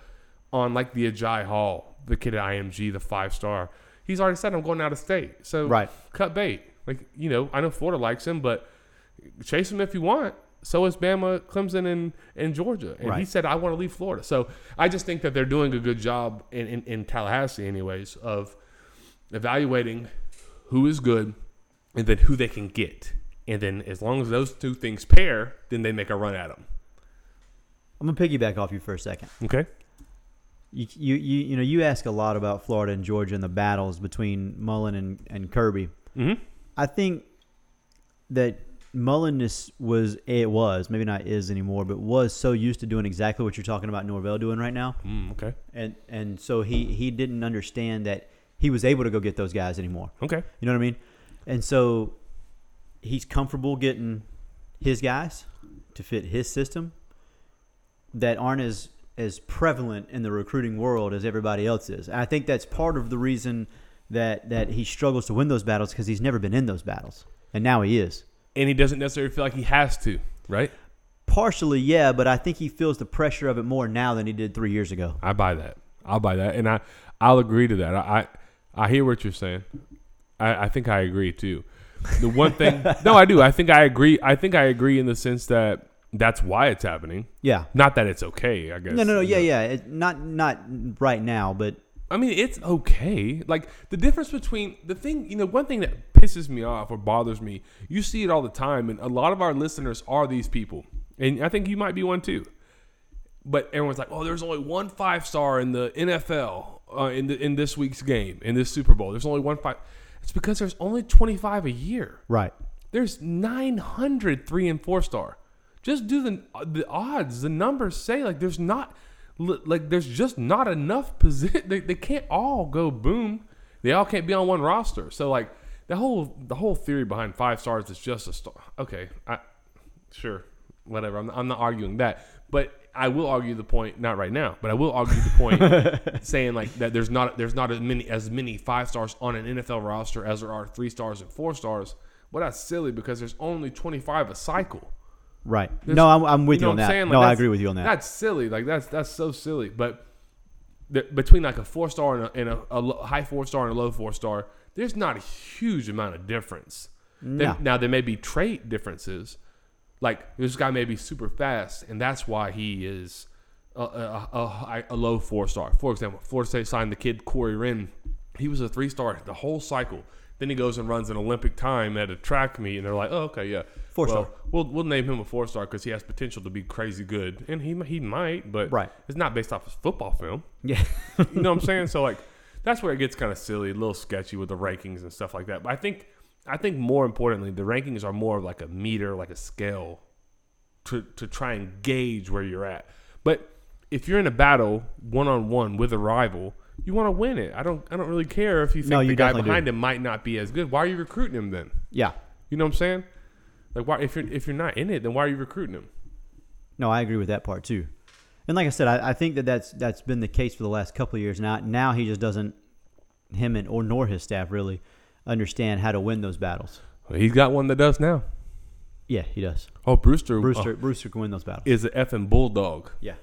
[SPEAKER 4] on like the Ajay Hall, the kid at IMG, the five star. He's already said I'm going out of state. So
[SPEAKER 3] Right.
[SPEAKER 4] cut bait. Like, you know, I know Florida likes him, but chase him if you want. So is Bama, Clemson, and, and Georgia. And he
[SPEAKER 3] Right.
[SPEAKER 4] said, I want to leave Florida. So I just think that they're doing a good job in, in, in Tallahassee, anyways, of evaluating who is good and then who they can get. And then as long as those two things pair, then they make a run at them.
[SPEAKER 3] I'm gonna piggyback off you for a second.
[SPEAKER 4] Okay.
[SPEAKER 3] You, you, you, you know, you ask a lot about Florida and Georgia and the battles between Mullen and, and Kirby.
[SPEAKER 4] Mm-hmm.
[SPEAKER 3] I think that Mullen is, was it was maybe not is anymore, but was so used to doing exactly what you're talking about Norvell doing right now,
[SPEAKER 4] Mm, okay.
[SPEAKER 3] and and so he he didn't understand that he was able to go get those guys anymore.
[SPEAKER 4] Okay.
[SPEAKER 3] You know what I mean? And so he's comfortable getting his guys to fit his system that aren't as as prevalent in the recruiting world as everybody else is. I think that's part of the reason that that he struggles to win those battles because he's never been in those battles, and now he is.
[SPEAKER 4] And he doesn't necessarily feel like he has to, right?
[SPEAKER 3] Partially, yeah, but I think he feels the pressure of it more now than he did three years ago.
[SPEAKER 4] I buy that. I'll buy that, and I I'll agree to that. I I, I hear what you're saying. I, I think I agree too. The one
[SPEAKER 3] *laughs*
[SPEAKER 4] thing, no, I do. I think I agree. I think I agree in the sense that that's why it's happening.
[SPEAKER 3] Yeah.
[SPEAKER 4] Not that it's okay. I guess.
[SPEAKER 3] No, no, no. Yeah,
[SPEAKER 4] you know.
[SPEAKER 3] yeah. It, not not right now, but
[SPEAKER 4] I mean, it's okay. Like the difference between the thing, you know, one thing that pisses me off or bothers me, you see it all the time, and a lot of our listeners are these people, and I think you might be one too. But everyone's like, "Oh, there's only one five star in the NFL uh, in the, in this week's game in this Super Bowl. There's only one five. It's because there's only 25 a year.
[SPEAKER 3] right.
[SPEAKER 4] There's 900 three and four star. Just do the the odds. The numbers say like there's not li- like there's just not enough position. *laughs* They, they can't all go boom. They all can't be on one roster. So like the whole the whole theory behind five stars is just a star. Okay, I sure whatever. I'm, I'm not arguing that, but I will argue the point. Not right now, but I will argue the point saying like that there's not there's not as many as many five stars on an NFL roster as there are three stars and four stars. Well, that's silly because there's only 25 a cycle.
[SPEAKER 3] Right. no, I'm, I'm with you,
[SPEAKER 4] know
[SPEAKER 3] on
[SPEAKER 4] what I'm
[SPEAKER 3] that.
[SPEAKER 4] saying? Like,
[SPEAKER 3] no, I
[SPEAKER 4] that's-
[SPEAKER 3] agree with you on that.
[SPEAKER 4] That's silly. Like that's that's so silly. But the, between like a four star and, a, and a, a lo- high four star and a low four star, there's not a huge amount of difference. There-
[SPEAKER 3] No.
[SPEAKER 4] now there may be trait differences. Like this guy may be super fast, and that's why he is a, a, a, a high- a low four star. For example, Florida State signed the kid Corey Wren. He was a three star the whole cycle. Then he goes and runs an Olympic time at a track meet, and they're like, "Oh, okay, yeah,
[SPEAKER 3] Four
[SPEAKER 4] Well,
[SPEAKER 3] star.
[SPEAKER 4] We'll, we'll name him a four star because he has potential to be crazy good, and he he might, but
[SPEAKER 3] Right.
[SPEAKER 4] it's not based off his football film.
[SPEAKER 3] yeah. *laughs*
[SPEAKER 4] You know what I'm saying? So like, that's where it gets kind of silly, a little sketchy with the rankings and stuff like that. But I think I think more importantly, the rankings are more of like a meter, like a scale, to to try and gauge where you're at. But if you're in a battle one on one with a rival, you want to win it. I don't I don't really care if you think
[SPEAKER 3] No,
[SPEAKER 4] the
[SPEAKER 3] you
[SPEAKER 4] guy
[SPEAKER 3] definitely do.
[SPEAKER 4] behind him might not be as good. Why are you recruiting him then?
[SPEAKER 3] yeah.
[SPEAKER 4] You know what I'm saying? Like why if you're if you're not in it, then why are you recruiting him?
[SPEAKER 3] No, I agree with that part too. And like I said, I, I think that that's that's been the case for the last couple of years. Now, now he just doesn't him and or nor his staff really understand how to win those battles.
[SPEAKER 4] He's got one that does now.
[SPEAKER 3] Yeah, he does.
[SPEAKER 4] Oh, Brewster,
[SPEAKER 3] Brewster
[SPEAKER 4] uh,
[SPEAKER 3] Brewster can win those battles.
[SPEAKER 4] is an effing bulldog.
[SPEAKER 3] yeah.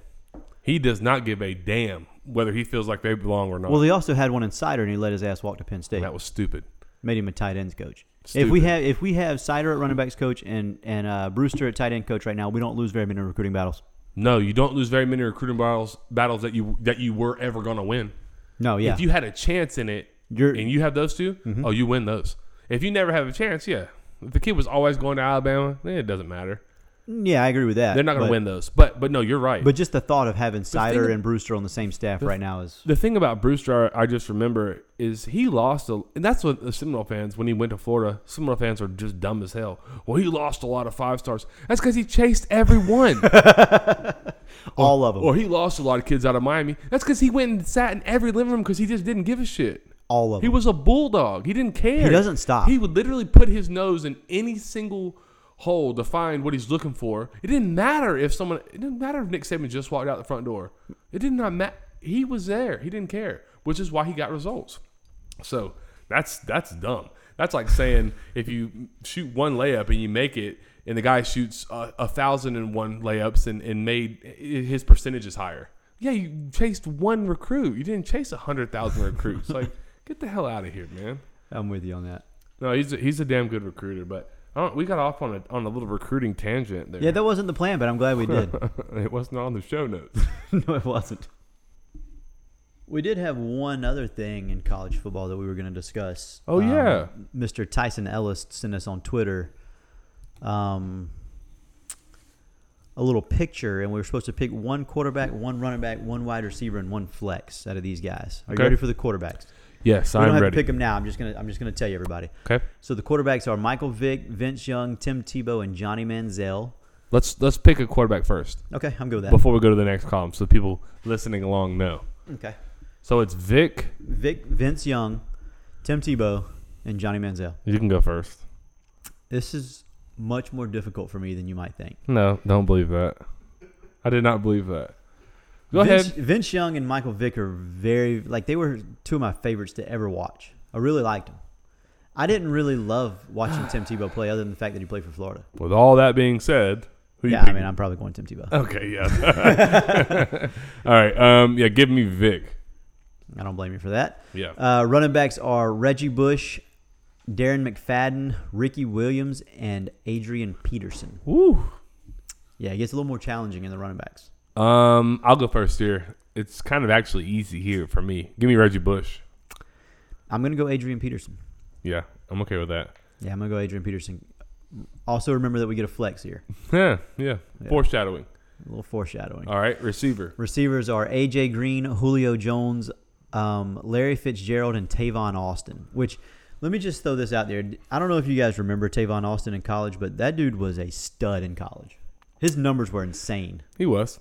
[SPEAKER 4] He does not give a damn whether he feels like they belong or not.
[SPEAKER 3] Well, they also had one in Cider, and he let his ass walk to Penn State.
[SPEAKER 4] that was stupid.
[SPEAKER 3] Made him a tight ends coach. If we
[SPEAKER 4] Stupid.
[SPEAKER 3] have if we have Cider at running backs coach and and uh, Brewster at tight end coach right now, we don't lose very many recruiting battles.
[SPEAKER 4] No, you don't lose very many recruiting battles battles that you that you were ever gonna win.
[SPEAKER 3] No, yeah,
[SPEAKER 4] If you had a chance in it
[SPEAKER 3] You're- Mm-hmm.
[SPEAKER 4] and you have those 2 oh, you win those. If you never have a chance, yeah. If the kid was always going to Alabama, eh, it doesn't matter.
[SPEAKER 3] yeah, I agree with that.
[SPEAKER 4] They're not going
[SPEAKER 3] but-
[SPEAKER 4] to win those. But but no, you're right.
[SPEAKER 3] But just the thought of having Cider
[SPEAKER 4] of-
[SPEAKER 3] and Brewster on the same staff right now is
[SPEAKER 4] the thing about Brewster, I I just remember is he lost, a, and that's what the Seminole fans when he went to Florida. Seminole fans are just dumb as hell. Well, he lost a lot of five stars. That's because he chased everyone,
[SPEAKER 3] all of them.
[SPEAKER 4] or Oh, he lost a lot of kids out of Miami. That's because he went and sat in every living room because he just didn't give a shit.
[SPEAKER 3] all of
[SPEAKER 4] He
[SPEAKER 3] them.
[SPEAKER 4] was a bulldog. He didn't care.
[SPEAKER 3] He doesn't stop.
[SPEAKER 4] He would literally put his nose in any single hole to find what he's looking for. It didn't matter if someone. It didn't matter if Nick Saban just walked out the front door. It did not matter. He was there. He didn't care, which is why he got results. So that's that's dumb. That's like saying if you shoot one layup and you make it, and the guy shoots a, a thousand and one layups and, and made his percentage is higher. Yeah, you chased one recruit. You didn't chase a hundred thousand recruits. like, get the hell out of here, man.
[SPEAKER 3] I'm with you on that.
[SPEAKER 4] No, he's a, he's a damn good recruiter, but I don't, we got off on a on a little recruiting tangent there.
[SPEAKER 3] Yeah, that wasn't the plan, but I'm glad we did.
[SPEAKER 4] *laughs* it wasn't on the show notes.
[SPEAKER 3] *laughs* no, it wasn't. We did have one other thing in college football that we were going to discuss.
[SPEAKER 4] Oh, yeah.
[SPEAKER 3] Mr. Tyson Ellis sent us on Twitter um, a little picture, and we were supposed to pick one quarterback, one running back, one wide receiver, and one flex out of these guys. Are
[SPEAKER 4] Okay.
[SPEAKER 3] you ready for the quarterbacks?
[SPEAKER 4] Yes,
[SPEAKER 3] We don't
[SPEAKER 4] I'm
[SPEAKER 3] have
[SPEAKER 4] ready.
[SPEAKER 3] to pick them now. I'm just gonna I'm just gonna tell you everybody.
[SPEAKER 4] okay,
[SPEAKER 3] So the quarterbacks are Michael Vick, Vince Young, Tim Tebow, and Johnny Manziel.
[SPEAKER 4] let's let's pick a quarterback first
[SPEAKER 3] Okay, I'm good with that.
[SPEAKER 4] before we go to the next column, so people listening along know.
[SPEAKER 3] Okay.
[SPEAKER 4] So it's Vic.
[SPEAKER 3] Vic, Vince Young, Tim Tebow, and Johnny Manziel.
[SPEAKER 4] You can go first.
[SPEAKER 3] This is much more difficult for me than you might think.
[SPEAKER 4] No, don't believe that. I did not believe that. Go
[SPEAKER 3] Vince,
[SPEAKER 4] ahead.
[SPEAKER 3] Vince Young and Michael Vick are very like they were two of my favorites to ever watch. I really liked them. I didn't really love
[SPEAKER 4] *sighs*
[SPEAKER 3] watching Tim Tebow play, other than the fact that he played for Fllorid.
[SPEAKER 4] With all that being said, who you Uh,
[SPEAKER 3] Yeah, I
[SPEAKER 4] picking?
[SPEAKER 3] mean, I'm probably going Tim Tebow.
[SPEAKER 4] okay. Yeah. *laughs* all right. Um. Yeah. Give me Vic.
[SPEAKER 3] I don't blame you for that.
[SPEAKER 4] Yeah.
[SPEAKER 3] Uh, running backs are Reggie Bush, Darren McFadden, Ricky Williams, and Adrian Peterson.
[SPEAKER 4] Woo.
[SPEAKER 3] Yeah, it gets a little more challenging in the running backs.
[SPEAKER 4] Um, I'll go first here. It's kind of actually easy here for me. Give me Reggie Bush.
[SPEAKER 3] I'm gonna go Adrian Peterson.
[SPEAKER 4] Yeah, I'm okay with that. *laughs*
[SPEAKER 3] Yeah, I'm gonna go Adrian Peterson. Also, remember that we get a flex here.
[SPEAKER 4] Yeah, yeah. Foreshadowing.
[SPEAKER 3] A little foreshadowing.
[SPEAKER 4] All right, receiver.
[SPEAKER 3] Receivers are AJ Green, Julio Jones, um, Larry Fitzgerald, and Tavon Austin. Which, let me just throw this out there. I don't know if you guys remember Tavon Austin in college, but that dude was a stud in college. His numbers were insane.
[SPEAKER 4] He was.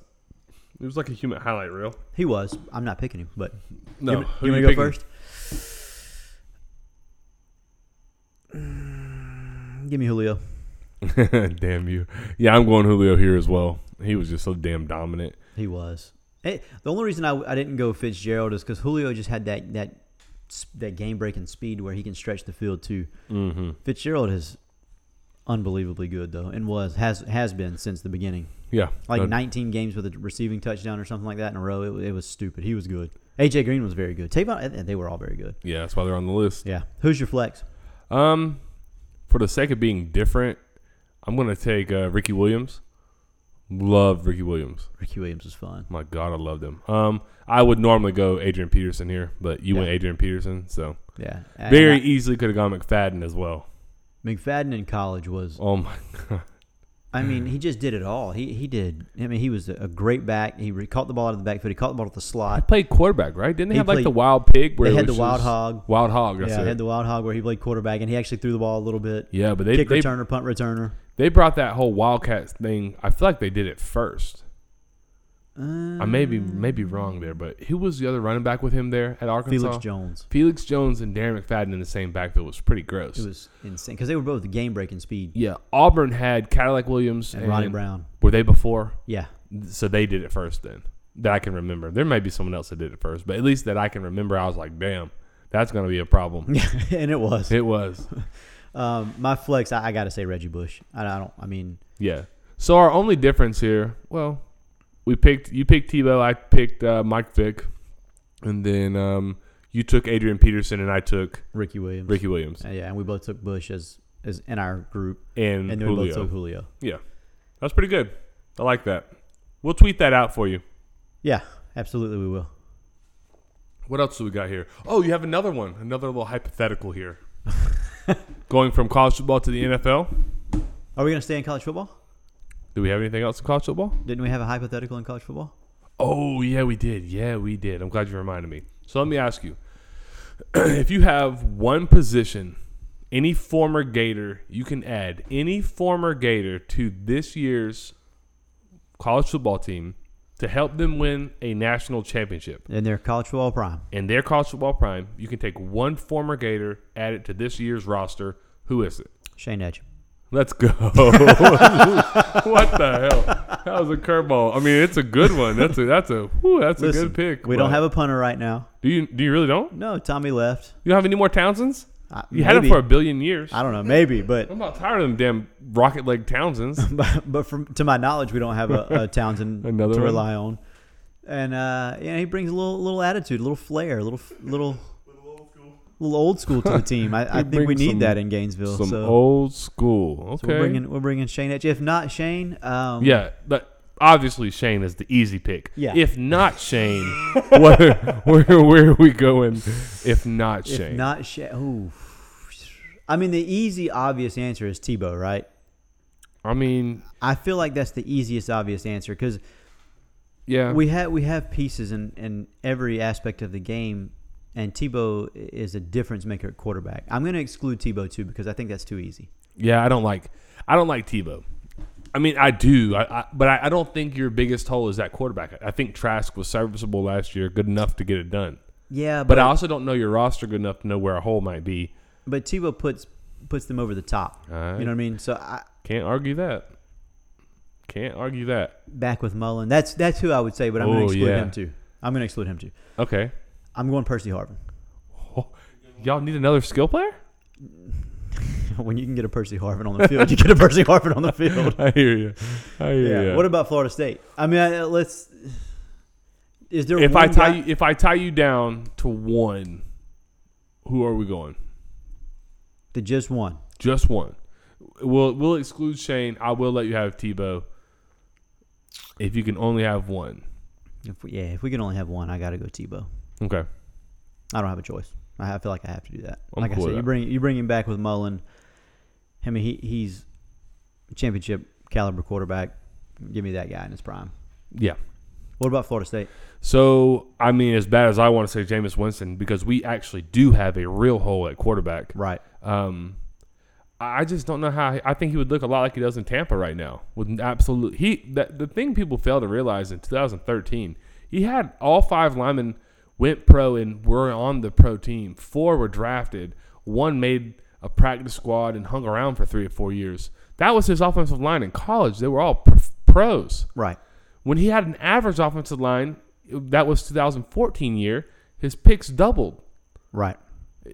[SPEAKER 4] It was like a human highlight reel.
[SPEAKER 3] He was. I'm not picking him, but
[SPEAKER 4] No,
[SPEAKER 3] you,
[SPEAKER 4] who
[SPEAKER 3] you
[SPEAKER 4] you
[SPEAKER 3] want to go
[SPEAKER 4] picking?
[SPEAKER 3] first? Give me Julio.
[SPEAKER 4] *laughs* damn you. Yeah, I'm going Julio here as well. He was just so damn dominant.
[SPEAKER 3] He was. Hey, the only reason I, I didn't go Fitzgerald is because Julio just had that that s- that game breaking speed where he can stretch the field too. Mm-hmm. Fitzgerald is unbelievably good though, and was has has been since the beginning.
[SPEAKER 4] Yeah.
[SPEAKER 3] Like
[SPEAKER 4] no-
[SPEAKER 3] 19 games with a receiving touchdown or something like that in a row. It, wa- it was stupid. He was good. AJ Green was very good. Tavon, eh, they were all very good.
[SPEAKER 4] Yeah, that's why they're on the list.
[SPEAKER 3] Yeah. Who's your flex?
[SPEAKER 4] Um, for the sake of being different, I'm gonna take uh, Ricky Williams. Love Ricky Williams.
[SPEAKER 3] Ricky Williams was fun.
[SPEAKER 4] My God, I love them. Um, I would normally go Adrian Peterson here, but you went
[SPEAKER 3] Yeah.
[SPEAKER 4] Adrian Peterson, so
[SPEAKER 3] Yeah. And
[SPEAKER 4] very e
[SPEAKER 3] I-
[SPEAKER 4] easily could have gone McFadden as well.
[SPEAKER 3] McFadden in college was
[SPEAKER 4] Oh my *laughs* God,
[SPEAKER 3] I
[SPEAKER 4] Mm.
[SPEAKER 3] mean, he just did it all. He he did. I mean, he was a great back. He re- caught the ball out of the backfield. He caught the ball at the slot.
[SPEAKER 4] played quarterback, right? Didn't they
[SPEAKER 3] He
[SPEAKER 4] have like the
[SPEAKER 3] played-
[SPEAKER 4] wild pig? Where
[SPEAKER 3] they
[SPEAKER 4] it
[SPEAKER 3] had
[SPEAKER 4] was
[SPEAKER 3] the wild
[SPEAKER 4] just-
[SPEAKER 3] hog.
[SPEAKER 4] Wild hog. That's
[SPEAKER 3] Yeah,
[SPEAKER 4] it.
[SPEAKER 3] he had the wild hog where he played quarterback, and he actually threw the ball a little bit.
[SPEAKER 4] yeah, but they
[SPEAKER 3] kick
[SPEAKER 4] they,
[SPEAKER 3] returner, punt returner.
[SPEAKER 4] they brought that whole Wildcats thing. I feel like they did it first. I may be may be wrong there, but who was the other running back with him there at Arkansas?
[SPEAKER 3] Felix Jones.
[SPEAKER 4] Felix Jones and Darren McFadden in the same backfield was pretty gross.
[SPEAKER 3] It was insane because they were both game breaking speed.
[SPEAKER 4] yeah, Auburn had Cadillac Williams
[SPEAKER 3] And Ronnie Brown.
[SPEAKER 4] Were they before?
[SPEAKER 3] Yeah, *laughs*
[SPEAKER 4] so they did it first then that I can remember. There may be someone else that did it first, but at least that I can remember, I was like, damn, that's going to be a problem.
[SPEAKER 3] and *laughs* it was.
[SPEAKER 4] it was.
[SPEAKER 3] Um, my flex, I, I got to say Reggie Bush. I, I don't. I mean,
[SPEAKER 4] *laughs* Yeah. So our only difference here, well, we picked you picked Tebow, I picked uh, Mike Vick, and then um, you took Adrian Peterson and I took
[SPEAKER 3] Ricky Williams.
[SPEAKER 4] Ricky Williams
[SPEAKER 3] Uh, yeah, and we both took Bush as as in our group,
[SPEAKER 4] and,
[SPEAKER 3] and then we both
[SPEAKER 4] Mm, Julio.
[SPEAKER 3] took Julio.
[SPEAKER 4] yeah, that's pretty good. I like that. We'll tweet that out for you.
[SPEAKER 3] Yeah, absolutely, we will.
[SPEAKER 4] What else do we got here? Oh, you have another one, another little hypothetical here. *laughs* Going from college football to the NFL.
[SPEAKER 3] Are we going to stay in college football?
[SPEAKER 4] Do we have anything else in college football?
[SPEAKER 3] Didn't we have a hypothetical in college football?
[SPEAKER 4] Oh yeah, we did. Yeah, we did. I'm glad you reminded me. So let me ask you: *clears throat* if you have one position, any former Gator, you can add any former Gator to this year's college football team to help them win a national championship
[SPEAKER 3] In their college football prime.
[SPEAKER 4] in their college football prime. You can take one former Gator, add it to this year's roster. Who is it?
[SPEAKER 3] Shane Edge.
[SPEAKER 4] Let's *laughs* go. what the hell? That was a curveball. I mean, it's a good one. That's a that's a whew, that's a good pick.
[SPEAKER 3] We don't
[SPEAKER 4] but-
[SPEAKER 3] have a punter right now.
[SPEAKER 4] Do you do you really don't?
[SPEAKER 3] No, Tommy left.
[SPEAKER 4] You don't have any more Townsends?
[SPEAKER 3] I,
[SPEAKER 4] You had them
[SPEAKER 3] maybe.
[SPEAKER 4] for a billion years.
[SPEAKER 3] I don't know, maybe, but *laughs*
[SPEAKER 4] I'm about tired of them damn rocket leg Townsends.
[SPEAKER 3] but, but from to my knowledge, we don't have a, a Townsend
[SPEAKER 4] *laughs* Another
[SPEAKER 3] to
[SPEAKER 4] one?
[SPEAKER 3] rely on. And uh, yeah, he brings a little little attitude, a little flair, a little little little old school
[SPEAKER 4] *laughs*
[SPEAKER 3] to the team. I, I think we
[SPEAKER 4] brings
[SPEAKER 3] need
[SPEAKER 4] some-
[SPEAKER 3] that in Gainesville.
[SPEAKER 4] Some
[SPEAKER 3] so
[SPEAKER 4] old school. Okay.
[SPEAKER 3] so we're bringing we're bringing Shane Edge. If not Shane, um,
[SPEAKER 4] yeah, but obviously Shane is the easy pick.
[SPEAKER 3] Yeah.
[SPEAKER 4] If not Shane, *laughs* where, where where are we going? If not
[SPEAKER 3] if
[SPEAKER 4] Shane.
[SPEAKER 3] not Shane, ooh. I mean, the easy obvious answer is Tebow, right?
[SPEAKER 4] I mean,
[SPEAKER 3] I feel like that's the easiest obvious answer because
[SPEAKER 4] yeah.
[SPEAKER 3] we have we have pieces in, in every aspect of the game, and Tebow is a difference maker at quarterback. I'm going to exclude Tebow too because I think that's too easy.
[SPEAKER 4] Yeah, I don't like I don't like Tebow. I mean, I do, I, I, but I, I don't think your biggest hole is that quarterback. I think Trask was serviceable last year, good enough to get it done.
[SPEAKER 3] Yeah, but
[SPEAKER 4] But I
[SPEAKER 3] but,
[SPEAKER 4] also don't know your roster good enough to know where a hole might be.
[SPEAKER 3] Tebow puts puts them over the top.
[SPEAKER 4] Alright.
[SPEAKER 3] You know what I mean? So I,
[SPEAKER 4] Can't argue that. Can't argue that.
[SPEAKER 3] back with Mullen, that's that's who I would say, but I'm going
[SPEAKER 4] Oh,
[SPEAKER 3] to exclude
[SPEAKER 4] yeah.
[SPEAKER 3] him too. I'm going to exclude him too.
[SPEAKER 4] Okay.
[SPEAKER 3] I'm going Percy Harvin. *laughs*
[SPEAKER 4] Oh, y'all need another skill player? *laughs*
[SPEAKER 3] when you can get a Percy Harvin on the field, you get a Percy Harvin on the
[SPEAKER 4] *laughs*
[SPEAKER 3] field.
[SPEAKER 4] I hear you. I hear
[SPEAKER 3] Yeah.
[SPEAKER 4] you.
[SPEAKER 3] What about Florida State? I mean, I- let's. Is there
[SPEAKER 4] if
[SPEAKER 3] one
[SPEAKER 4] I tie
[SPEAKER 3] guy-
[SPEAKER 4] you, if I tie you down to one, who are we going?
[SPEAKER 3] to just one?
[SPEAKER 4] Just one. We'll we'll exclude Shane. I will let you have Tebow. If you can only have one.
[SPEAKER 3] If we, yeah, if we can only have one, I got to go Tebow.
[SPEAKER 4] Okay.
[SPEAKER 3] I don't have a choice. I I feel like I have to do that.
[SPEAKER 4] I'm
[SPEAKER 3] like
[SPEAKER 4] cool
[SPEAKER 3] I
[SPEAKER 4] with
[SPEAKER 3] said, you
[SPEAKER 4] that.
[SPEAKER 3] bring you bring him back with Mullen. I mean, he he's a championship caliber quarterback. Give me that guy in his prime.
[SPEAKER 4] Yeah.
[SPEAKER 3] What about Florida State?
[SPEAKER 4] So I mean, as bad as I want to say Jameis Winston, because we actually do have a real hole at quarterback.
[SPEAKER 3] Right.
[SPEAKER 4] Um, I I just don't know how. I think he would look a lot like he does in Tampa right now with an absolute. He that the thing people fail to realize in 2013, he had all five linemen went pro and were on the pro team. Four were drafted. One made a practice squad and hung around for three or four years. That was his offensive line in college. They were all pr- pros
[SPEAKER 3] Right.
[SPEAKER 4] when he had an average offensive line that was 2014 year his picks doubled
[SPEAKER 3] Right.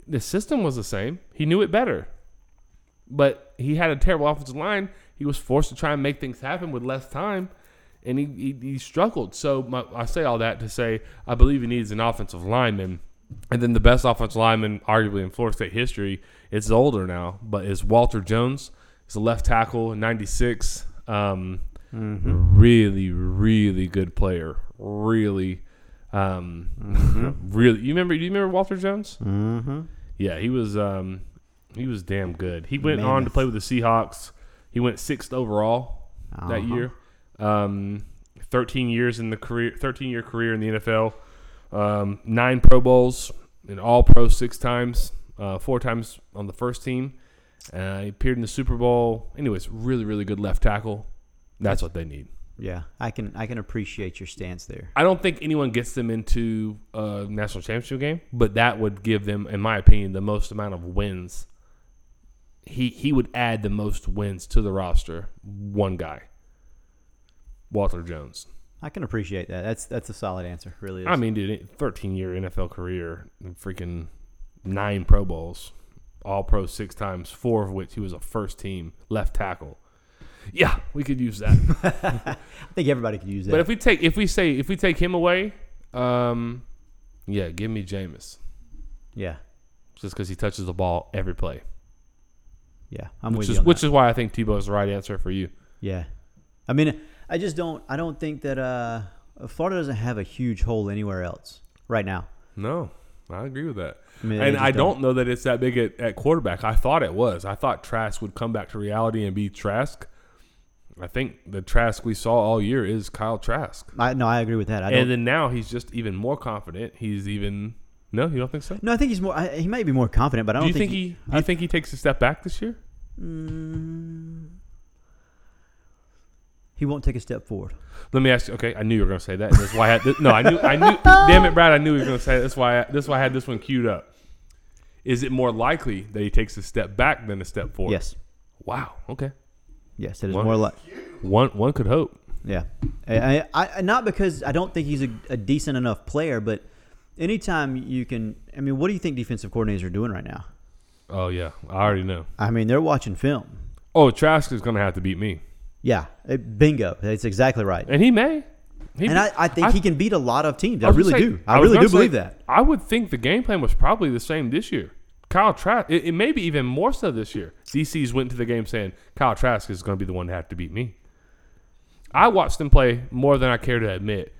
[SPEAKER 4] the system was the same he knew it better but he had a terrible offensive line he was forced to try and make things happen with less time and he, he, he struggled so my, i say all that to say i believe he needs an offensive lineman and then the best offensive lineman arguably in florida state history it's older now but is walter jones he's a left tackle 96 um, really really good player really um, *laughs* really you remember do you remember walter jones mm-hmm. yeah he was um, he was damn good he went on to
[SPEAKER 3] Mammoth.
[SPEAKER 4] play with the seahawks he went sixth overall that year um, 13 years in the career 13 year career in the nfl um, nine pro bowls and all pro six times uh, four times on the first team uh, he appeared in the super bowl anyways really really good left tackle that's what they need
[SPEAKER 3] Yeah. I can I can appreciate your stance there.
[SPEAKER 4] I don't think anyone gets them into a national championship game, but that would give them, in my opinion, the most amount of wins. He he would add the most wins to the roster. One guy, Walter Jones.
[SPEAKER 3] I can appreciate that. That's that's a solid answer. Really. Is.
[SPEAKER 4] I mean, dude, thirteen year NFL career, and freaking nine Pro Bowls. All Pro six times, four of which he was a first team left tackle. Yeah, we could use that.
[SPEAKER 3] I think everybody could use that.
[SPEAKER 4] But if we take if we say if we take him away, um, yeah, give me Jameis
[SPEAKER 3] yeah,
[SPEAKER 4] just because he touches the ball every play,
[SPEAKER 3] yeah, I'm with
[SPEAKER 4] which
[SPEAKER 3] you.
[SPEAKER 4] is
[SPEAKER 3] on that.
[SPEAKER 4] which is why I think Tebow is the right answer for you.
[SPEAKER 3] Yeah, I mean, I just don't. I don't think that uh, Florida doesn't have a huge hole anywhere else right now.
[SPEAKER 4] No, I agree with that.
[SPEAKER 3] mean,
[SPEAKER 4] and
[SPEAKER 3] they just
[SPEAKER 4] I don't know that it's that big at, at quarterback. I thought it was. I thought Trask would come back to reality and be Trask. I think the Trask we saw all year is Kyle Trask.
[SPEAKER 3] I no, I agree with that. I don't.
[SPEAKER 4] And then now he's just even more confident. He's even no, you don't think so.
[SPEAKER 3] no, I think he's more. I, he might be more confident, but I
[SPEAKER 4] Do
[SPEAKER 3] don't
[SPEAKER 4] you think, he? Do you think he takes a step back this year?
[SPEAKER 3] he won't take a step forward.
[SPEAKER 4] Let me ask you. Okay, I knew you were going to say that. and That's why I had, no, I knew, I knew. damn it, Brad! I knew you were going to say that. That's why. I, that's why I had this one queued up. Is it more likely that he takes a step back than a step forward?
[SPEAKER 3] Yes,
[SPEAKER 4] Wow. Okay.
[SPEAKER 3] yes, it is
[SPEAKER 4] What?
[SPEAKER 3] more like
[SPEAKER 4] One. One could hope.
[SPEAKER 3] yeah. I, I, I- not because I don't think he's a, a decent enough player, but anytime you can, I mean, what do you think defensive coordinators are doing right now?
[SPEAKER 4] Oh yeah, I already know.
[SPEAKER 3] I mean, they're watching film.
[SPEAKER 4] Oh, Trask is going to have to beat me,
[SPEAKER 3] Yeah, it- bingo. That's exactly right.
[SPEAKER 4] and he may. He
[SPEAKER 3] And I, I think he can beat a lot of teams. I, really do. I,
[SPEAKER 4] was
[SPEAKER 3] really do
[SPEAKER 4] gonna say,
[SPEAKER 3] believe that.
[SPEAKER 4] I would think the game plan was probably the same this year. Kyle Trask, it, it may be even more so this year. DC's went to the game saying Kyle Trask is going to be the one to have to beat me. I watched them play more than I care
[SPEAKER 3] *laughs*
[SPEAKER 4] to admit.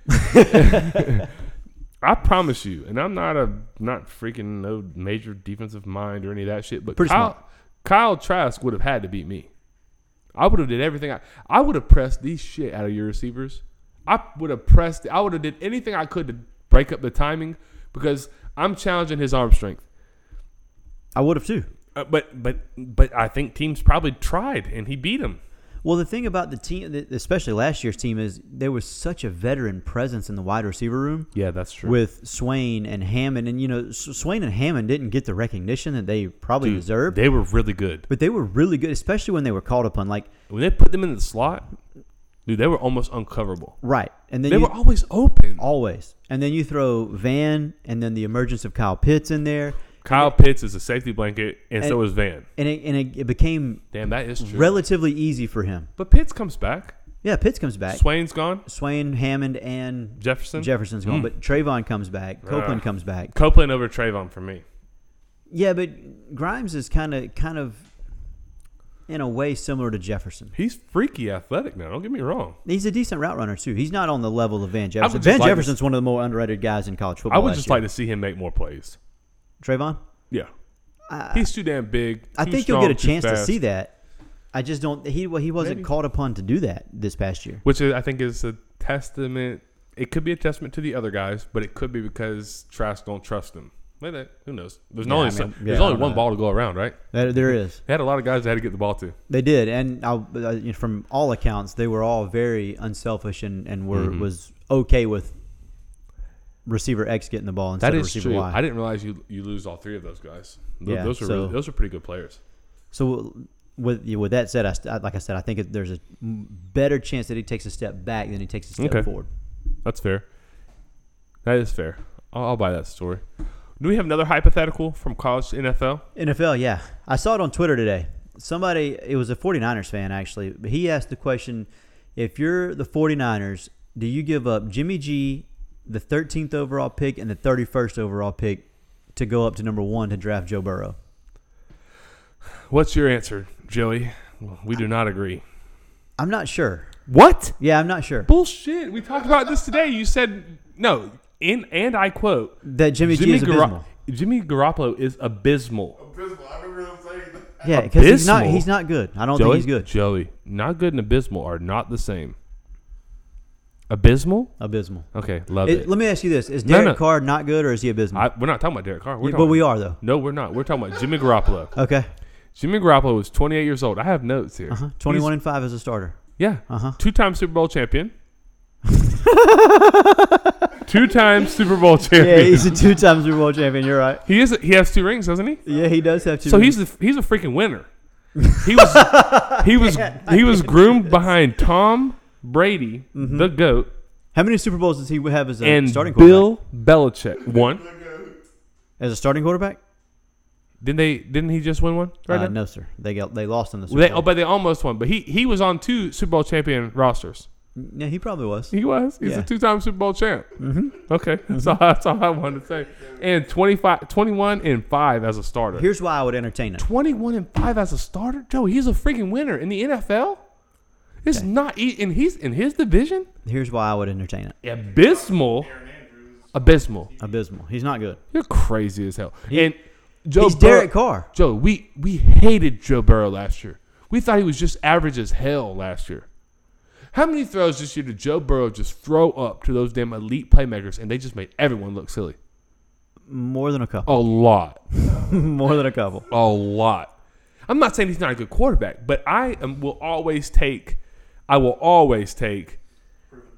[SPEAKER 4] I promise you, and I'm not a not freaking no major defensive mind or any of that shit. But
[SPEAKER 3] Pretty
[SPEAKER 4] Kyle,
[SPEAKER 3] smart.
[SPEAKER 4] Kyle Trask would have had to beat me. I would have did everything. I I would have pressed these shit out of your receivers. I would have pressed. I would have did anything I could to break up the timing because I'm challenging his arm strength.
[SPEAKER 3] I would have too.
[SPEAKER 4] Uh, but but but I think teams probably tried and he beat him.
[SPEAKER 3] Well, the thing about the team, th- especially last year's team, is there was such a veteran presence in the wide receiver room
[SPEAKER 4] Yeah, that's true.
[SPEAKER 3] with Swain and Hammond. And, you know, S- Swain and Hammond didn't get the recognition that they probably deserved,
[SPEAKER 4] they were really good
[SPEAKER 3] but they were really good, especially when they were called upon. Like,
[SPEAKER 4] when they put them in the slot. Dude, they were almost uncoverable.
[SPEAKER 3] right. And then
[SPEAKER 4] They
[SPEAKER 3] you-
[SPEAKER 4] were always open.
[SPEAKER 3] always. And then you throw Van and then the emergence of Kyle Pitts in there.
[SPEAKER 4] Kyle Pitts is a safety blanket, and, so
[SPEAKER 3] And-
[SPEAKER 4] is Van.
[SPEAKER 3] And it, and it, it became
[SPEAKER 4] Damn, that is true.
[SPEAKER 3] relatively easy for him.
[SPEAKER 4] but Pitts comes back.
[SPEAKER 3] Yeah, Pitts comes back.
[SPEAKER 4] Swain's gone.
[SPEAKER 3] Swain, Hammond, and
[SPEAKER 4] Jefferson. Hmm.
[SPEAKER 3] Jefferson's gone, but Trayvon comes back. Copeland comes back.
[SPEAKER 4] Copeland over Trayvon for me.
[SPEAKER 3] Yeah, but Grimes is kind of, kind of, in a way, similar to Jefferson.
[SPEAKER 4] He's freaky athletic now. Don't get me wrong.
[SPEAKER 3] He's a decent route runner too. He's not on the level of Van Jefferson.
[SPEAKER 4] just
[SPEAKER 3] Van
[SPEAKER 4] like to-
[SPEAKER 3] Jefferson's one of the more underrated guys in college
[SPEAKER 4] I
[SPEAKER 3] football.
[SPEAKER 4] would
[SPEAKER 3] last
[SPEAKER 4] just
[SPEAKER 3] year.
[SPEAKER 4] like to see him make more plays.
[SPEAKER 3] Trayvon.
[SPEAKER 4] Yeah. He's too damn big.
[SPEAKER 3] Uh, I
[SPEAKER 4] too
[SPEAKER 3] think you'll get a
[SPEAKER 4] strong, too
[SPEAKER 3] chance to
[SPEAKER 4] fast,
[SPEAKER 3] see that. I just don't. He well, he wasn't
[SPEAKER 4] Maybe.
[SPEAKER 3] called upon to do that this past year.
[SPEAKER 4] Which is, I think is a testament. It could be a testament to the other guys, but it could be because Trask don't trust him. Maybe that- Who knows? There's
[SPEAKER 3] Yeah,
[SPEAKER 4] only
[SPEAKER 3] I mean,
[SPEAKER 4] some-
[SPEAKER 3] yeah,
[SPEAKER 4] there's
[SPEAKER 3] I
[SPEAKER 4] only
[SPEAKER 3] don't
[SPEAKER 4] one
[SPEAKER 3] know.
[SPEAKER 4] ball to go around, right?
[SPEAKER 3] That, there is.
[SPEAKER 4] They had a lot of guys that had to get the ball to.
[SPEAKER 3] They did, and I, uh, you know, from all accounts, they were all very unselfish and and were
[SPEAKER 4] Mm-hmm.
[SPEAKER 3] was okay with receiver X getting the ball instead
[SPEAKER 4] That
[SPEAKER 3] of
[SPEAKER 4] is
[SPEAKER 3] receiver
[SPEAKER 4] true.
[SPEAKER 3] Y.
[SPEAKER 4] I didn't realize you you lose all three of those guys. Th-
[SPEAKER 3] Yeah,
[SPEAKER 4] those are
[SPEAKER 3] so-
[SPEAKER 4] really, those are pretty good players.
[SPEAKER 3] so with yeah, with that said, I, st- I- like I said, I think it, there's a m- better chance that he takes a step back than he takes a step
[SPEAKER 4] Okay.
[SPEAKER 3] forward.
[SPEAKER 4] That's fair. That is fair. I'll, I'll buy that story. Do we have another hypothetical from college to NFL?
[SPEAKER 3] NFL, yeah, I saw it on Twitter today. Somebody, it was a 49ers fan actually. But he asked the question: If you're the 49ers, do you give up Jimmy G, the 13th overall pick, and the 31st overall pick to go up to number one to draft Joe Burrow?
[SPEAKER 4] What's your answer, Joey? We do not agree.
[SPEAKER 3] I'm not sure.
[SPEAKER 4] What?
[SPEAKER 3] Yeah, I'm not sure
[SPEAKER 4] Bullshit. We talked about this today. You said no. In and I quote
[SPEAKER 3] that Jimmy, G
[SPEAKER 4] Jimmy
[SPEAKER 3] is abysmal.
[SPEAKER 4] Gara- Jimmy Garoppolo is abysmal.
[SPEAKER 2] Abysmal. I remember him saying that.
[SPEAKER 3] yeah, because he's not
[SPEAKER 4] abysmal.
[SPEAKER 3] he's not good. I don't
[SPEAKER 4] Joey,
[SPEAKER 3] think he's good.
[SPEAKER 4] Joey, not good and abysmal are not the same. Abysmal?
[SPEAKER 3] Abysmal.
[SPEAKER 4] Okay, love
[SPEAKER 3] It-
[SPEAKER 4] it.
[SPEAKER 3] let me ask you this: Is
[SPEAKER 4] No,
[SPEAKER 3] Derek
[SPEAKER 4] no.
[SPEAKER 3] Carr not good or is he abysmal?
[SPEAKER 4] I, we're not talking about Derek Carr. We're
[SPEAKER 3] Yeah, but
[SPEAKER 4] talking-
[SPEAKER 3] we are though.
[SPEAKER 4] No, we're not. We're talking about Jimmy Garoppolo.
[SPEAKER 3] Okay,
[SPEAKER 4] Jimmy Garoppolo was 28 years old. I have notes here.
[SPEAKER 3] uh-huh. 21 and five as a
[SPEAKER 4] *laughs*
[SPEAKER 3] starter.
[SPEAKER 4] Yeah.
[SPEAKER 3] Uh-huh.
[SPEAKER 4] Two-time Super
[SPEAKER 3] *laughs*
[SPEAKER 4] Bowl champion. Two-time Super Bowl
[SPEAKER 3] Yeah,
[SPEAKER 4] champion.
[SPEAKER 3] he's a two-time Super Bowl champion. You're right.
[SPEAKER 4] he is. He has two rings, doesn't he?
[SPEAKER 3] Yeah, he does have two.
[SPEAKER 4] So he's a, he's a freaking winner. He was he *laughs* was he was groomed behind Tom Brady, the goat,
[SPEAKER 3] how many Super Bowls does he have as a
[SPEAKER 4] and
[SPEAKER 3] starting quarterback?
[SPEAKER 4] Bill Belichick. One.
[SPEAKER 3] as a starting quarterback?
[SPEAKER 4] Didn't they? Didn't he just win one? Right
[SPEAKER 3] Uh,
[SPEAKER 4] now?
[SPEAKER 3] no, sir. They got they lost in the Super
[SPEAKER 4] They,
[SPEAKER 3] Bowl.
[SPEAKER 4] oh, but they almost won. But he he was on two Super Bowl champion rosters.
[SPEAKER 3] yeah, he probably was.
[SPEAKER 4] He was. He's
[SPEAKER 3] Yeah.
[SPEAKER 4] a two-time Super Bowl champ. Mm-hmm. Okay, *laughs* that's, all, that's all I wanted to say. And 25, 21 and five as a starter.
[SPEAKER 3] Here's why I would entertain it.
[SPEAKER 4] 21 and 5 as a starter? Joe, he's a freaking winner in the NFL. It's not e- and he's in his division?
[SPEAKER 3] Here's why I would entertain it.
[SPEAKER 4] Abysmal. Abysmal.
[SPEAKER 3] Abysmal. He's not good.
[SPEAKER 4] You're crazy as hell. and Joe
[SPEAKER 3] he's
[SPEAKER 4] Burrow-
[SPEAKER 3] Derek Carr.
[SPEAKER 4] Joe, we we hated Joe Burrow last year. We thought he was just average as hell last year. How many throws this year did Joe Burrow just throw up to those damn elite playmakers and they just made everyone look silly?
[SPEAKER 3] More than a
[SPEAKER 4] *laughs*
[SPEAKER 3] couple.
[SPEAKER 4] A lot.
[SPEAKER 3] More than a couple.
[SPEAKER 4] a lot. I'm not saying he's not a good quarterback, but I am, will always take, I will always take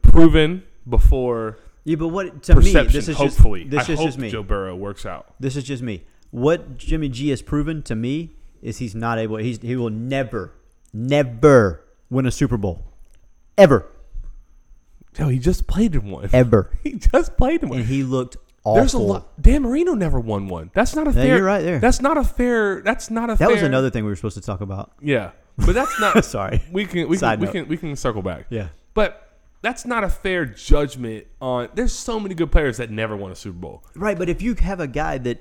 [SPEAKER 4] proven before
[SPEAKER 3] Yeah, but what to
[SPEAKER 4] perception.
[SPEAKER 3] me this is
[SPEAKER 4] hopefully,
[SPEAKER 3] just this
[SPEAKER 4] I
[SPEAKER 3] is
[SPEAKER 4] hope
[SPEAKER 3] just me.
[SPEAKER 4] Joe Burrow works out.
[SPEAKER 3] This is just me. What Jimmy G has proven to me is he's not able. He's he will never, never win a Super Bowl, ever,
[SPEAKER 4] Joe, he just played in one.
[SPEAKER 3] ever.
[SPEAKER 4] *laughs* He just played in
[SPEAKER 3] And
[SPEAKER 4] one.
[SPEAKER 3] he looked awful.
[SPEAKER 4] There's a lot. Dan Marino never won one. That's not a
[SPEAKER 3] Yeah,
[SPEAKER 4] fair.
[SPEAKER 3] you're right there.
[SPEAKER 4] That's not a fair. That's not a
[SPEAKER 3] That
[SPEAKER 4] fair.
[SPEAKER 3] was another thing we were supposed to talk about.
[SPEAKER 4] Yeah, but
[SPEAKER 3] *laughs*
[SPEAKER 4] that's not.
[SPEAKER 3] Sorry.
[SPEAKER 4] we can we
[SPEAKER 3] Side
[SPEAKER 4] can, we
[SPEAKER 3] note.
[SPEAKER 4] can we can circle back.
[SPEAKER 3] Yeah.
[SPEAKER 4] but that's not a fair judgment on. There's so many good players that never won a Super Bowl.
[SPEAKER 3] Right, but if you have a guy that,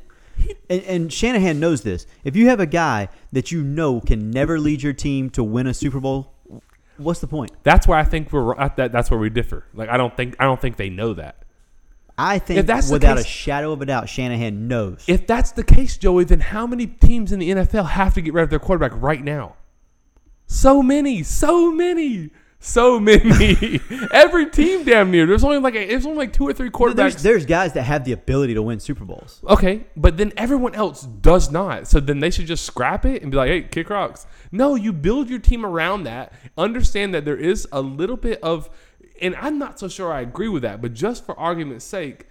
[SPEAKER 3] and, and Shanahan knows this, if you have a guy that you know can never lead your team to win a Super Bowl, what's the point?
[SPEAKER 4] That's where I think we're at. That that's where we differ. Like I don't think I don't think they know that.
[SPEAKER 3] I think
[SPEAKER 4] that's the
[SPEAKER 3] without a
[SPEAKER 4] case-
[SPEAKER 3] shadow of a doubt, Shanahan knows.
[SPEAKER 4] If that's the case, Joey, then how many teams in the NFL have to get rid of their quarterback right now? So many, so many, so many. *laughs* Every team, damn near. There's only like a, there's only like two or three quarterbacks.
[SPEAKER 3] there's, there's guys that have the ability to win Super Bowls.
[SPEAKER 4] Okay, but then everyone else does not. So then they should just scrap it and be like, "Hey, kick rocks." No, you build your team around that. Understand that there is a little bit of, and I'm not so sure I agree with that, but just for argument's sake,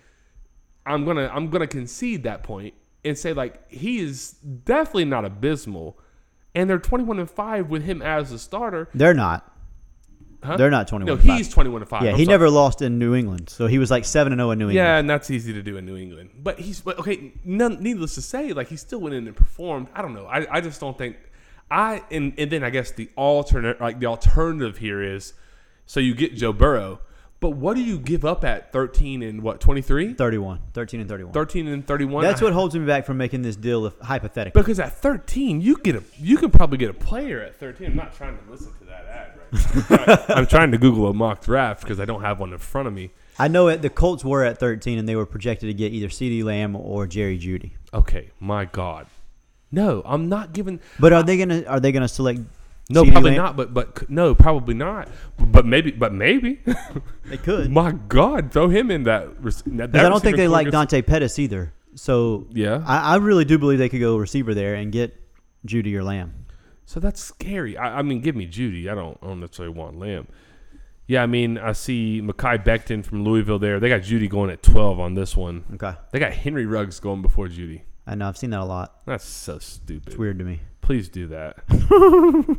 [SPEAKER 4] I'm gonna I'm gonna concede that point and say like he is definitely not abysmal, and they're 21 and five with him as a starter.
[SPEAKER 3] They're not.
[SPEAKER 4] Huh?
[SPEAKER 3] They're not 21
[SPEAKER 4] No,
[SPEAKER 3] and five.
[SPEAKER 4] he's 21 and five.
[SPEAKER 3] Yeah,
[SPEAKER 4] I'm
[SPEAKER 3] he
[SPEAKER 4] sorry.
[SPEAKER 3] never lost in New England, so he was like seven and zero in New England.
[SPEAKER 4] Yeah, and that's easy to do in New England. But he's but okay. None, needless to say, like he still went in and performed. I don't know. I, I just don't think I and and then I guess the alternate like the alternative here is so you get Joe Burrow, but what do you give up at thirteen and what 23?
[SPEAKER 3] 31, 13 and 31.
[SPEAKER 4] 13 and thirty one?
[SPEAKER 3] That's what holds me back from making this deal if, hypothetically.
[SPEAKER 4] *laughs* because at thirteen you get a you can probably get a player at thirteen. I'm not trying to listen to that ad right now. I'm
[SPEAKER 3] *laughs*
[SPEAKER 4] trying- I'm trying to Google a mock draft because I don't have one in front of me.
[SPEAKER 3] I know it, the Colts were at 13 and they were projected to get either CeeDee Lamb or Jerry Judy.
[SPEAKER 4] Okay, my God. No, I'm not giving
[SPEAKER 3] But are they going to are they going to select
[SPEAKER 4] No,
[SPEAKER 3] CeeDee
[SPEAKER 4] probably
[SPEAKER 3] Lamb?
[SPEAKER 4] not. But but c- no, probably not. But maybe.
[SPEAKER 3] *laughs*
[SPEAKER 4] But maybe.
[SPEAKER 3] They could.
[SPEAKER 4] My God, throw him in that. rec- that,
[SPEAKER 3] Because
[SPEAKER 4] that
[SPEAKER 3] I don't think they
[SPEAKER 4] receiving
[SPEAKER 3] like
[SPEAKER 4] corps-
[SPEAKER 3] Dante Pettis either. So
[SPEAKER 4] Yeah.
[SPEAKER 3] I, I really do believe they could go receiver there and get Judy or Lamb.
[SPEAKER 4] So that's scary. I, I mean, give me Judy. I don't, I don't necessarily want Lamb. Yeah, I mean, I see Makai Becton from Louisville there. They got Judy going at twelve on this one.
[SPEAKER 3] Okay,
[SPEAKER 4] They got Henry Ruggs going before Judy.
[SPEAKER 3] I know I've seen that a lot.
[SPEAKER 4] That's so stupid.
[SPEAKER 3] It's weird to me.
[SPEAKER 4] Please
[SPEAKER 3] *laughs*
[SPEAKER 4] do that.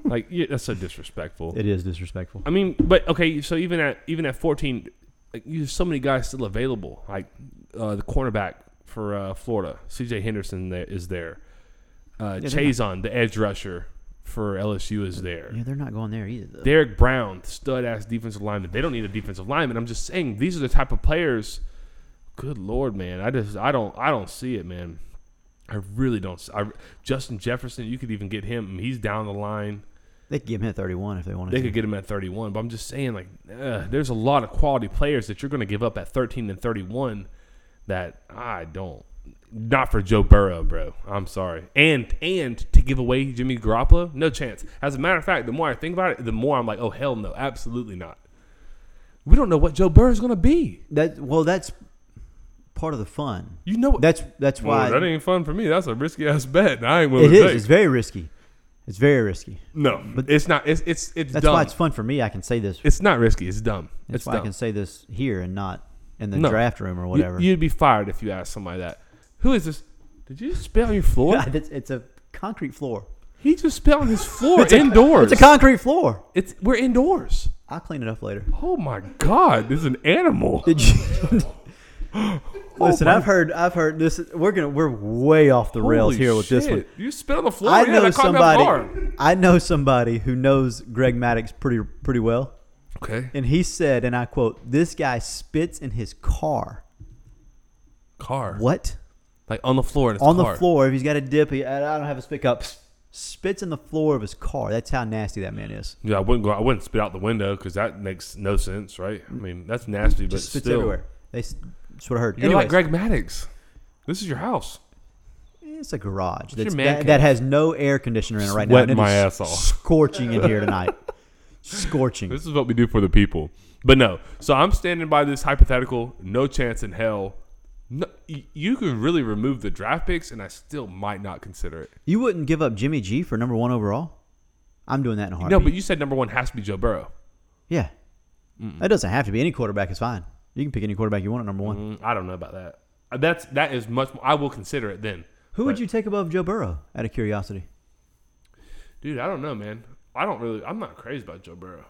[SPEAKER 4] like yeah, that's so disrespectful.
[SPEAKER 3] It is disrespectful.
[SPEAKER 4] I mean, but okay, so even at even at fourteen, like, you have so many guys still available. Like uh, the cornerback for uh, Florida, C.J. Henderson there, is there. Uh, Chazon, the edge rusher for LSU, is there.
[SPEAKER 3] Yeah, they're not going there either. Though.
[SPEAKER 4] Derek Brown, stud ass defensive lineman. They don't need a defensive lineman. I'm just saying these are the type of players. Good lord, man. I just I don't I don't see it, man. I really don't. s- I, Justin Jefferson, you could even get him. He's down the line.
[SPEAKER 3] They could give him at 31 if they wanted
[SPEAKER 4] They
[SPEAKER 3] to.
[SPEAKER 4] could get him at 31, but I'm just saying, like, uh, there's a lot of quality players that you're going to give up at 13 and 31 that I don't. Not for Joe Burrow, bro. I'm sorry. And and to give away Jimmy Garoppolo, no chance. As a matter of fact, the more I think about it, the more I'm like, oh hell no, absolutely not. We don't know what Joe Burrow's going to be.
[SPEAKER 3] That well, that's part of the fun.
[SPEAKER 4] You know what?
[SPEAKER 3] That's that's why
[SPEAKER 4] that ain't fun for me. That's a risky ass bet. and I ain't willing
[SPEAKER 3] it is.
[SPEAKER 4] to take.
[SPEAKER 3] It's very risky. It's very risky.
[SPEAKER 4] no, but it's not. It's it's it's
[SPEAKER 3] That's
[SPEAKER 4] dumb.
[SPEAKER 3] why it's
[SPEAKER 4] it's,
[SPEAKER 3] fun for me. I can say this.
[SPEAKER 4] not risky. It's dumb.
[SPEAKER 3] That's
[SPEAKER 4] it's
[SPEAKER 3] why I
[SPEAKER 4] dumb.
[SPEAKER 3] can say this here and not in the
[SPEAKER 4] No.
[SPEAKER 3] draft room or
[SPEAKER 4] You-
[SPEAKER 3] whatever.
[SPEAKER 4] You'd be fired if you asked somebody that. Who is this? Did you just spit on your floor?
[SPEAKER 3] God, *laughs* it's, it's a concrete floor.
[SPEAKER 4] he just spit
[SPEAKER 3] *laughs*
[SPEAKER 4] on his floor
[SPEAKER 3] a-
[SPEAKER 4] indoors.
[SPEAKER 3] It's a concrete floor.
[SPEAKER 4] It's- we're indoors. *gasps*
[SPEAKER 3] I'll clean it up later.
[SPEAKER 4] Oh my god, this is an animal.
[SPEAKER 3] Did you? Listen, I've heard, I've heard this. We're gonna, we're way off the rails
[SPEAKER 4] Holy
[SPEAKER 3] here with this
[SPEAKER 4] shit.
[SPEAKER 3] one.
[SPEAKER 4] You spit on the floor.
[SPEAKER 3] I
[SPEAKER 4] yeah,
[SPEAKER 3] know
[SPEAKER 4] that caught me off guard.
[SPEAKER 3] somebody. I know somebody who knows Greg Maddox pretty, pretty well,
[SPEAKER 4] Okay.
[SPEAKER 3] and he said, and I quote: "This guy spits in his car."
[SPEAKER 4] Car.
[SPEAKER 3] What?
[SPEAKER 4] Like on the floor. In his
[SPEAKER 3] on
[SPEAKER 4] car.
[SPEAKER 3] the floor. If he's got a dip, he, I I don't have a spit cup. Spits in the floor of his car. That's how nasty that man is.
[SPEAKER 4] Yeah, I wouldn't go. I wouldn't spit out the window because that makes no sense, right? I mean, that's nasty, but
[SPEAKER 3] Just spits
[SPEAKER 4] still.
[SPEAKER 3] everywhere. They, s- that's what I heard.
[SPEAKER 4] You're like
[SPEAKER 3] Anyways,
[SPEAKER 4] Greg Maddox. This is your house.
[SPEAKER 3] It's a garage that's,
[SPEAKER 4] your man
[SPEAKER 3] that,
[SPEAKER 4] cave.
[SPEAKER 3] that has no air conditioner in it right now.
[SPEAKER 4] Sweating
[SPEAKER 3] and it
[SPEAKER 4] my
[SPEAKER 3] is
[SPEAKER 4] ass off.
[SPEAKER 3] Scorching in here
[SPEAKER 4] *laughs*
[SPEAKER 3] tonight. Scorching.
[SPEAKER 4] This is what we do for the people. But no, so I'm standing by this hypothetical. No chance in hell. No, y- you could really remove the draft picks, and I still might not consider it.
[SPEAKER 3] You wouldn't give up Jimmy G for number one overall? I'm doing that in a heartbeat.
[SPEAKER 4] No, but you said number one has to be Joe Burrow.
[SPEAKER 3] yeah. That doesn't have to be. Any quarterback is fine. You can pick any quarterback you want at number one.
[SPEAKER 4] Mm, I don't know about that. Uh, That's that is much. More, I will consider it then.
[SPEAKER 3] Who would
[SPEAKER 4] But-
[SPEAKER 3] you take above Joe Burrow out of curiosity?
[SPEAKER 4] dude? I don't know, man. I don't really. I'm not crazy about Joe Burrow.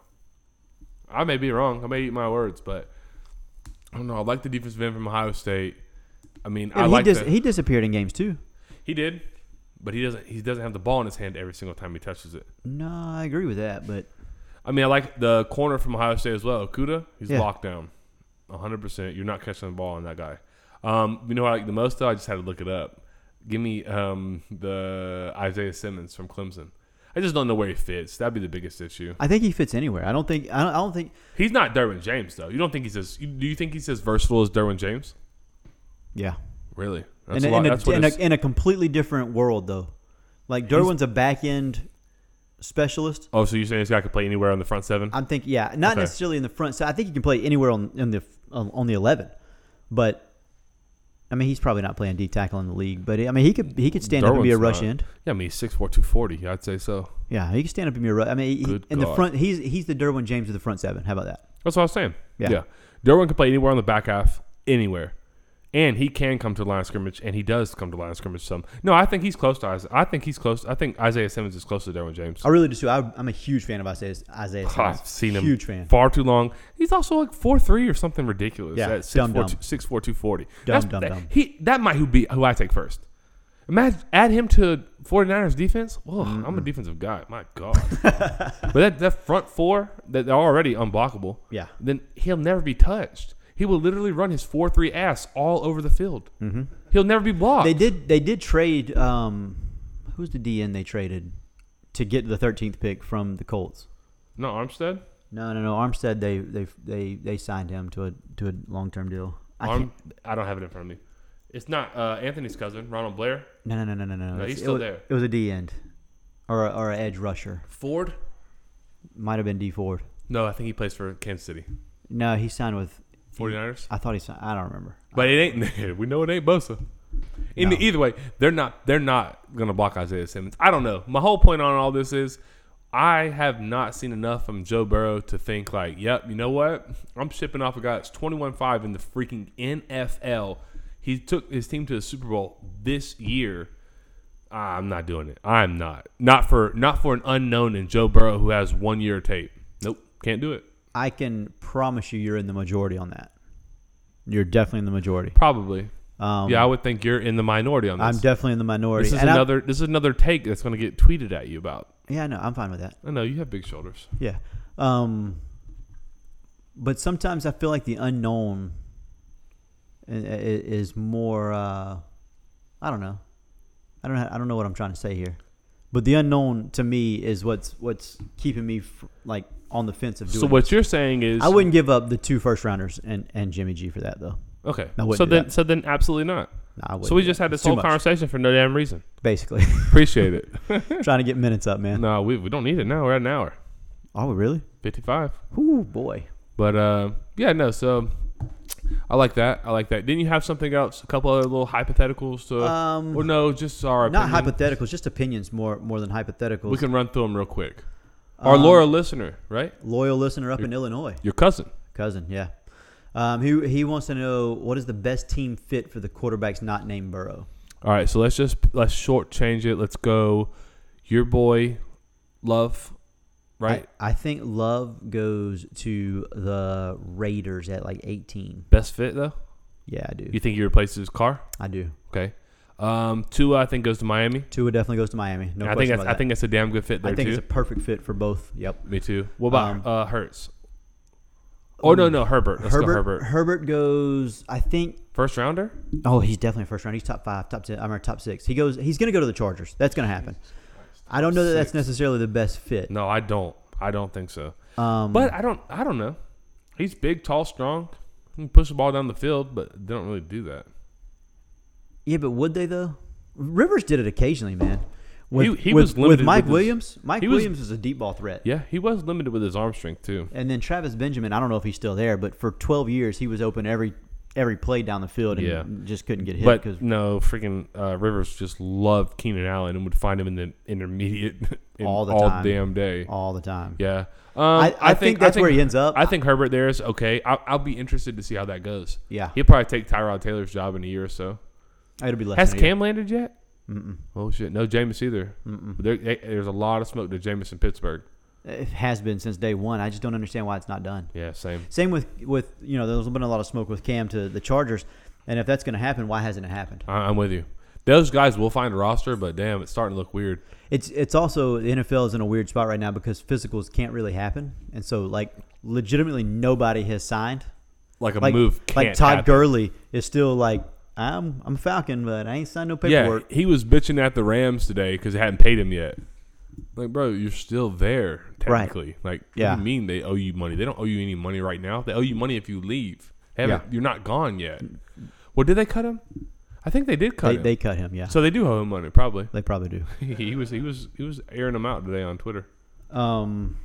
[SPEAKER 4] I may be wrong. I may eat my words, but I don't know. I like the defensive end from Ohio State. I mean,
[SPEAKER 3] Yeah,
[SPEAKER 4] I
[SPEAKER 3] he,
[SPEAKER 4] like
[SPEAKER 3] dis-
[SPEAKER 4] the-
[SPEAKER 3] he disappeared in games too.
[SPEAKER 4] He did, but he doesn't. He doesn't have the ball in his hand every single time he touches it.
[SPEAKER 3] No, I agree with that, but
[SPEAKER 4] I mean, I like the corner from Ohio State as well. Okuda, he's
[SPEAKER 3] Yeah.
[SPEAKER 4] locked down, hundred percent. You're not catching the ball on that guy. Um, you know what I like the most though? I just had to look it up. Give me um, the Isaiah Simmons from Clemson. I just don't know where he fits. That'd be the biggest issue.
[SPEAKER 3] I think he fits anywhere. I don't think I don't, I don't think
[SPEAKER 4] He's not Derwin James though. You don't think he's as you- do you think he's as versatile as Derwin James?
[SPEAKER 3] yeah.
[SPEAKER 4] Really? That's
[SPEAKER 3] In a,
[SPEAKER 4] a lot.
[SPEAKER 3] in, a,
[SPEAKER 4] That's what
[SPEAKER 3] in, a,
[SPEAKER 4] his-
[SPEAKER 3] in a completely different world though. Like Derwin's a back end specialist.
[SPEAKER 4] oh, so you're saying this guy could play anywhere on the front seven?
[SPEAKER 3] I'm thinking yeah, not
[SPEAKER 4] Okay.
[SPEAKER 3] necessarily in the front. So I think he can play anywhere on in the on, on the 11. But I mean, he's probably not playing D tackle in the league, but I mean, he could he could stand up and be a
[SPEAKER 4] Derwin's
[SPEAKER 3] rush
[SPEAKER 4] not.
[SPEAKER 3] end.
[SPEAKER 4] Yeah, I mean he's six four two forty. I'd say so.
[SPEAKER 3] Yeah, he could stand up and be a rush. I mean, he,
[SPEAKER 4] Good
[SPEAKER 3] in the
[SPEAKER 4] God.
[SPEAKER 3] front, he's he's the Derwin James of the front seven. How about that?
[SPEAKER 4] That's what I was saying.
[SPEAKER 3] Yeah.
[SPEAKER 4] Yeah. Derwin can play anywhere on the back half, anywhere. And he can come to the line of scrimmage, and he does come to the line of scrimmage some. No, I think he's close to Isaiah. I think he's close. I think Isaiah Simmons is close to Derwin James.
[SPEAKER 3] I really do. too. I, I'm a huge fan of Isaiah. Isaiah Simmons.
[SPEAKER 4] I've seen him
[SPEAKER 3] Huge fan.
[SPEAKER 4] far too long. He's also like four three or something ridiculous.
[SPEAKER 3] Yeah,
[SPEAKER 4] at
[SPEAKER 3] dumb,
[SPEAKER 4] 6'4",
[SPEAKER 3] dumb.
[SPEAKER 4] 6'4", 240.
[SPEAKER 3] Dumb,
[SPEAKER 4] That's-
[SPEAKER 3] dumb,
[SPEAKER 4] that,
[SPEAKER 3] dumb.
[SPEAKER 4] He that might who be who I take first. Imagine add him to 49ers defense. Whoa, I'm a defensive guy. My God. *laughs* but that, that front four that they're already unblockable.
[SPEAKER 3] Yeah.
[SPEAKER 4] Then he'll never be touched. He will literally run his four three ass all over the field. Mm-hmm. He'll never be blocked.
[SPEAKER 3] They did. They did trade. Um, who's the DN they traded to get the 13th pick from the Colts?
[SPEAKER 4] no Armstead.
[SPEAKER 3] No, no, no. Armstead. They they they they signed him to a to a long term deal. I
[SPEAKER 4] Arm,
[SPEAKER 3] can't-
[SPEAKER 4] I don't have it in front of me. It's not uh, Anthony's cousin, Ronald Blair.
[SPEAKER 3] no, no, no, no, no, no. It's-
[SPEAKER 4] he's
[SPEAKER 3] it
[SPEAKER 4] still
[SPEAKER 3] was,
[SPEAKER 4] there.
[SPEAKER 3] It was a D end, or a, or an edge rusher.
[SPEAKER 4] Ford.
[SPEAKER 3] Might have been D Ford.
[SPEAKER 4] No, I think he plays for Kansas City
[SPEAKER 3] No, he signed with.
[SPEAKER 4] 49ers.
[SPEAKER 3] I thought he signed. I don't remember.
[SPEAKER 4] But it ain't *laughs* we know it ain't Bosa. In
[SPEAKER 3] No.
[SPEAKER 4] either way, they're not they're not gonna block Isaiah Simmons. I don't know. My whole point on all this is I have not seen enough from Joe Burrow to think like, yep, you know what? I'm shipping off a guy that's 21-5 in the freaking NFL. He took his team to the Super Bowl this year. I'm not doing it. I'm not. Not for not for an unknown in Joe Burrow who has one year of tape. Nope. Can't do it.
[SPEAKER 3] I can promise you, you're in the majority on that. You're definitely in the majority.
[SPEAKER 4] Probably.
[SPEAKER 3] Um,
[SPEAKER 4] yeah, I would think you're in the minority on this.
[SPEAKER 3] I'm definitely in the minority.
[SPEAKER 4] This is
[SPEAKER 3] And I'm-
[SPEAKER 4] another. this is another take that's going to get tweeted at you about.
[SPEAKER 3] yeah, no, I'm fine with that.
[SPEAKER 4] I know you have big shoulders.
[SPEAKER 3] Yeah. Um, but sometimes I feel like the unknown i- i- is more. Uh, I don't know. I don't. Know, I don't know what I'm trying to say here. But the unknown to me is what's what's keeping me f- like on the fence of doing.
[SPEAKER 4] So
[SPEAKER 3] it.
[SPEAKER 4] what you're saying is
[SPEAKER 3] I wouldn't give up the two first rounders and, and Jimmy G for that though.
[SPEAKER 4] Okay.
[SPEAKER 3] I wouldn't
[SPEAKER 4] so
[SPEAKER 3] do
[SPEAKER 4] then,
[SPEAKER 3] that.
[SPEAKER 4] so then, absolutely not.
[SPEAKER 3] No, I wouldn't.
[SPEAKER 4] So we
[SPEAKER 3] do
[SPEAKER 4] just
[SPEAKER 3] that.
[SPEAKER 4] had this
[SPEAKER 3] It's too
[SPEAKER 4] whole
[SPEAKER 3] much,
[SPEAKER 4] conversation for no damn reason. *laughs*
[SPEAKER 3] basically *laughs*
[SPEAKER 4] Appreciate it.
[SPEAKER 3] trying to get minutes up, man.
[SPEAKER 4] no, we we don't need it now. We're at an hour,
[SPEAKER 3] Are we really?
[SPEAKER 4] fifty five.
[SPEAKER 3] Ooh boy.
[SPEAKER 4] But uh, yeah, no. So I like that. I like that. Didn't you have something else? A couple other little hypotheticals to,
[SPEAKER 3] Um,
[SPEAKER 4] or no, just our
[SPEAKER 3] Not
[SPEAKER 4] opinion?
[SPEAKER 3] hypotheticals, just opinions more more than hypotheticals. Um,
[SPEAKER 4] We can run through them real quick. Our loyal listener, right?
[SPEAKER 3] Loyal listener up in Illinois.
[SPEAKER 4] Your cousin.
[SPEAKER 3] Cousin, yeah. Um, he, he wants to know what is the best team fit for the quarterbacks not named Burrow.
[SPEAKER 4] All right, so let's just let's shortchange it. Let's go, your boy, Love, right?
[SPEAKER 3] I, I think Love goes to the Raiders at like 18.
[SPEAKER 4] Best fit though.
[SPEAKER 3] Yeah, I do.
[SPEAKER 4] You think he replaces his car?
[SPEAKER 3] I do.
[SPEAKER 4] Okay. Um, Tua, I think, goes to Miami.
[SPEAKER 3] Tua definitely goes to Miami. No
[SPEAKER 4] And I
[SPEAKER 3] question
[SPEAKER 4] think that's,
[SPEAKER 3] about
[SPEAKER 4] I
[SPEAKER 3] that.
[SPEAKER 4] think that's a damn good fit there
[SPEAKER 3] I think
[SPEAKER 4] too.
[SPEAKER 3] it's a perfect fit for both. Yep.
[SPEAKER 4] Me too. What about
[SPEAKER 3] Um,
[SPEAKER 4] uh, Hertz? Oh no, no Herbert. Let's
[SPEAKER 3] Herbert,
[SPEAKER 4] go Herbert.
[SPEAKER 3] Herbert goes. I think.
[SPEAKER 4] First rounder.
[SPEAKER 3] Oh, he's definitely a first round. He's top five, top ten. I'm top six. He goes. He's going to go to the Chargers. That's going to happen. I don't know that that's necessarily the best fit.
[SPEAKER 4] No, I don't. I don't think so.
[SPEAKER 3] Um,
[SPEAKER 4] But I don't. I don't know. He's big, tall, strong. He can push the ball down the field, but they don't really do that.
[SPEAKER 3] yeah, but would they though? Rivers did it occasionally, man. With,
[SPEAKER 4] He- he
[SPEAKER 3] with-
[SPEAKER 4] was limited
[SPEAKER 3] with Mike
[SPEAKER 4] with his-
[SPEAKER 3] Williams. Mike
[SPEAKER 4] he was-
[SPEAKER 3] Williams is a deep ball threat.
[SPEAKER 4] Yeah, he was limited with his arm strength too.
[SPEAKER 3] And then Travis Benjamin, I don't know if he's still there, but for 12 years he was open every every play down the field and
[SPEAKER 4] Yeah.
[SPEAKER 3] just couldn't get hit because
[SPEAKER 4] But no, freaking uh, Rivers just loved Keenan Allen and would find him in the intermediate *laughs* in
[SPEAKER 3] All the time.
[SPEAKER 4] damn day.
[SPEAKER 3] all the time.
[SPEAKER 4] Yeah. Um,
[SPEAKER 3] I think that's where he ends up.
[SPEAKER 4] I think Herbert there is okay. I'll, I'll be interested to see how that goes.
[SPEAKER 3] Yeah.
[SPEAKER 4] He'll probably take Tyrod Taylor's job in a year or so.
[SPEAKER 3] It'll be less.
[SPEAKER 4] Has
[SPEAKER 3] than a year.
[SPEAKER 4] Cam landed yet? Oh, shit. No, Jameis either. But there, eh, there's a lot of smoke to Jameis in Pittsburgh.
[SPEAKER 3] It has been since day one. I just don't understand why it's not done.
[SPEAKER 4] Yeah, same.
[SPEAKER 3] Same with with you know there's been a lot of smoke with Cam to the Chargers, and if that's going to happen, why hasn't it happened?
[SPEAKER 4] I, I'm with you. Those guys will find a roster, but damn, it's starting to look weird.
[SPEAKER 3] It's it's also the NFL is in a weird spot right now because physicals can't really happen, and so like legitimately nobody has signed.
[SPEAKER 4] Like a
[SPEAKER 3] Like
[SPEAKER 4] move can't
[SPEAKER 3] like Todd
[SPEAKER 4] happen.
[SPEAKER 3] Gurley is still like I'm I'm a Falcon, but I ain't signed no
[SPEAKER 4] Yeah,
[SPEAKER 3] paperwork.
[SPEAKER 4] he was bitching at the Rams today because they hadn't paid him yet. Like, bro, you're still there
[SPEAKER 3] Right.
[SPEAKER 4] technically. Like,
[SPEAKER 3] Yeah.
[SPEAKER 4] what do you mean they owe you money? They don't owe you any money right now. They owe you money if you leave. They haven't-
[SPEAKER 3] Yeah.
[SPEAKER 4] You're not gone yet. Well, did they cut him? I think they did cut
[SPEAKER 3] They,
[SPEAKER 4] him.
[SPEAKER 3] they cut him. Yeah,
[SPEAKER 4] so they do owe him money, probably. *laughs*
[SPEAKER 3] they probably do.
[SPEAKER 4] he was he was he was airing them out today on Twitter.
[SPEAKER 3] Um,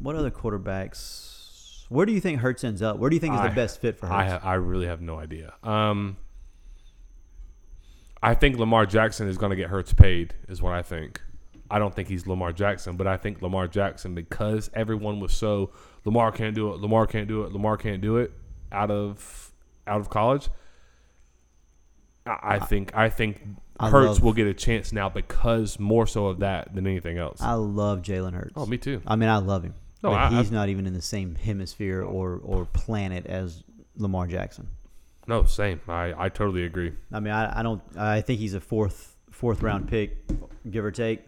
[SPEAKER 3] what other quarterbacks? Where do you think Hertz ends up? Where do you think is the
[SPEAKER 4] I-
[SPEAKER 3] best fit for Hertz?
[SPEAKER 4] I ha- I really have no idea. Um, I think Lamar Jackson is going to get Hurts paid, is what I think. I don't think he's Lamar Jackson, but I think Lamar Jackson because everyone was so Lamar can't do it, Lamar can't do it, Lamar can't do it out of out of college. I, I think I think
[SPEAKER 3] I
[SPEAKER 4] Hurts
[SPEAKER 3] love-
[SPEAKER 4] will get a chance now because more so of that than anything else.
[SPEAKER 3] I love Jalen Hurts.
[SPEAKER 4] oh, me too.
[SPEAKER 3] I mean, I love him.
[SPEAKER 4] No,
[SPEAKER 3] but
[SPEAKER 4] I-
[SPEAKER 3] he's not even in the same hemisphere or, or planet as Lamar Jackson.
[SPEAKER 4] No, same. I, I totally agree.
[SPEAKER 3] I mean, I, I don't. I think he's a fourth fourth round pick, give or take.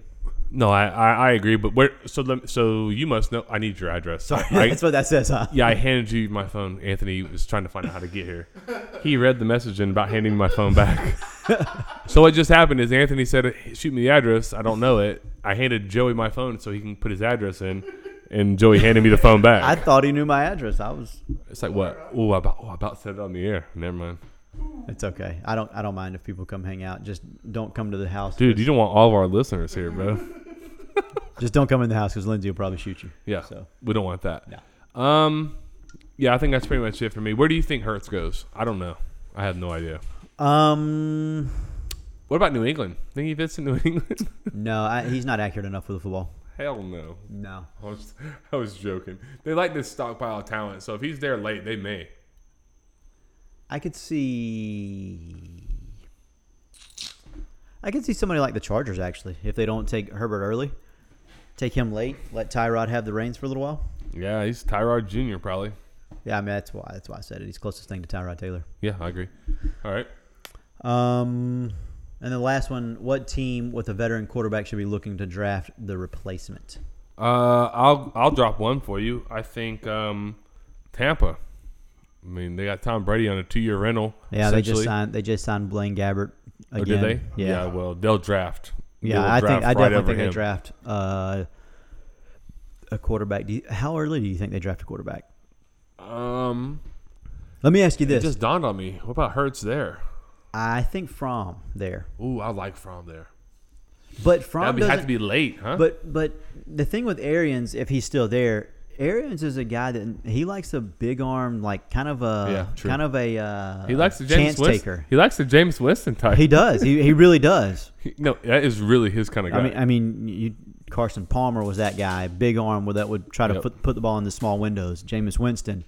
[SPEAKER 4] No, I, I, I agree. But where? So lem- so you must know. I need your
[SPEAKER 3] *laughs*
[SPEAKER 4] address. Sorry. I,
[SPEAKER 3] That's what that says, huh?
[SPEAKER 4] yeah, I handed you my phone. Anthony was trying to find out how to get here. He read the message and about handing me my
[SPEAKER 3] *laughs*
[SPEAKER 4] phone back. so what just happened is Anthony said, "Shoot me the address. I don't know it." I handed Joey my phone so he can put his address in, and Joey handed me the phone back.
[SPEAKER 3] I thought he knew my address. I was.
[SPEAKER 4] it's like what? Oh, I about oh, I about said it on the air. Never mind,
[SPEAKER 3] It's okay. I don't. I don't mind if people come hang out. Just don't come to the house,
[SPEAKER 4] dude. You don't want all of our listeners here, bro.
[SPEAKER 3] Just don't come in the house because Lindsay will probably shoot you.
[SPEAKER 4] Yeah,
[SPEAKER 3] So.
[SPEAKER 4] we don't want that. Um, yeah, I think that's pretty much it for me. Where do you think Hertz goes? I don't know. I have no idea.
[SPEAKER 3] Um.
[SPEAKER 4] What about New England? Think he fits in New *laughs* England?
[SPEAKER 3] No, I, he's not accurate enough with the football.
[SPEAKER 4] Hell no.
[SPEAKER 3] No.
[SPEAKER 4] I was, I was joking. They like this stockpile of talent, so if he's there late, they may.
[SPEAKER 3] I could see. I could see somebody like the Chargers actually, if they don't take Herbert early, take him late, let Tyrod have the reins for a little while.
[SPEAKER 4] Yeah, he's Tyrod Jr. probably.
[SPEAKER 3] Yeah, I mean that's why that's why I said it. He's closest thing to Tyrod Taylor.
[SPEAKER 4] Yeah, I agree. All right.
[SPEAKER 3] Um, and the last one, what team with a veteran quarterback should be looking to draft the replacement?
[SPEAKER 4] Uh, I'll I'll drop one for you. I think um, Tampa. I mean, they got Tom Brady on a two-year rental.
[SPEAKER 3] Yeah, they just
[SPEAKER 4] essentially.
[SPEAKER 3] signed they just signed Blaine Gabbert again.
[SPEAKER 4] Oh, did they?
[SPEAKER 3] Yeah, yeah.
[SPEAKER 4] well, they'll draft. They will
[SPEAKER 3] I think
[SPEAKER 4] draft
[SPEAKER 3] I
[SPEAKER 4] right
[SPEAKER 3] definitely
[SPEAKER 4] over
[SPEAKER 3] think they
[SPEAKER 4] him.
[SPEAKER 3] draft uh, a quarterback. Do you, how early do you think they draft a quarterback?
[SPEAKER 4] Um,
[SPEAKER 3] Let me ask you
[SPEAKER 4] it
[SPEAKER 3] this:
[SPEAKER 4] just dawned on me. What about Hurts there?
[SPEAKER 3] I think From there,
[SPEAKER 4] Ooh, I like From there.
[SPEAKER 3] but From
[SPEAKER 4] That'd be,
[SPEAKER 3] doesn't.
[SPEAKER 4] have to be late, huh?
[SPEAKER 3] but but the thing with Arians, if he's still there, Arians is a guy that he likes a big arm, like kind of a
[SPEAKER 4] Yeah, true.
[SPEAKER 3] kind of a uh,
[SPEAKER 4] he likes the
[SPEAKER 3] chance
[SPEAKER 4] James Winston.
[SPEAKER 3] taker.
[SPEAKER 4] He likes the James Winston type.
[SPEAKER 3] He does. He, he really
[SPEAKER 4] *laughs*
[SPEAKER 3] does.
[SPEAKER 4] no, that is really his kind of guy.
[SPEAKER 3] I mean, I mean, you, Carson Palmer was that guy, big arm, where that would try to
[SPEAKER 4] Yep.
[SPEAKER 3] put, put the ball in the small windows. Jameis Winston,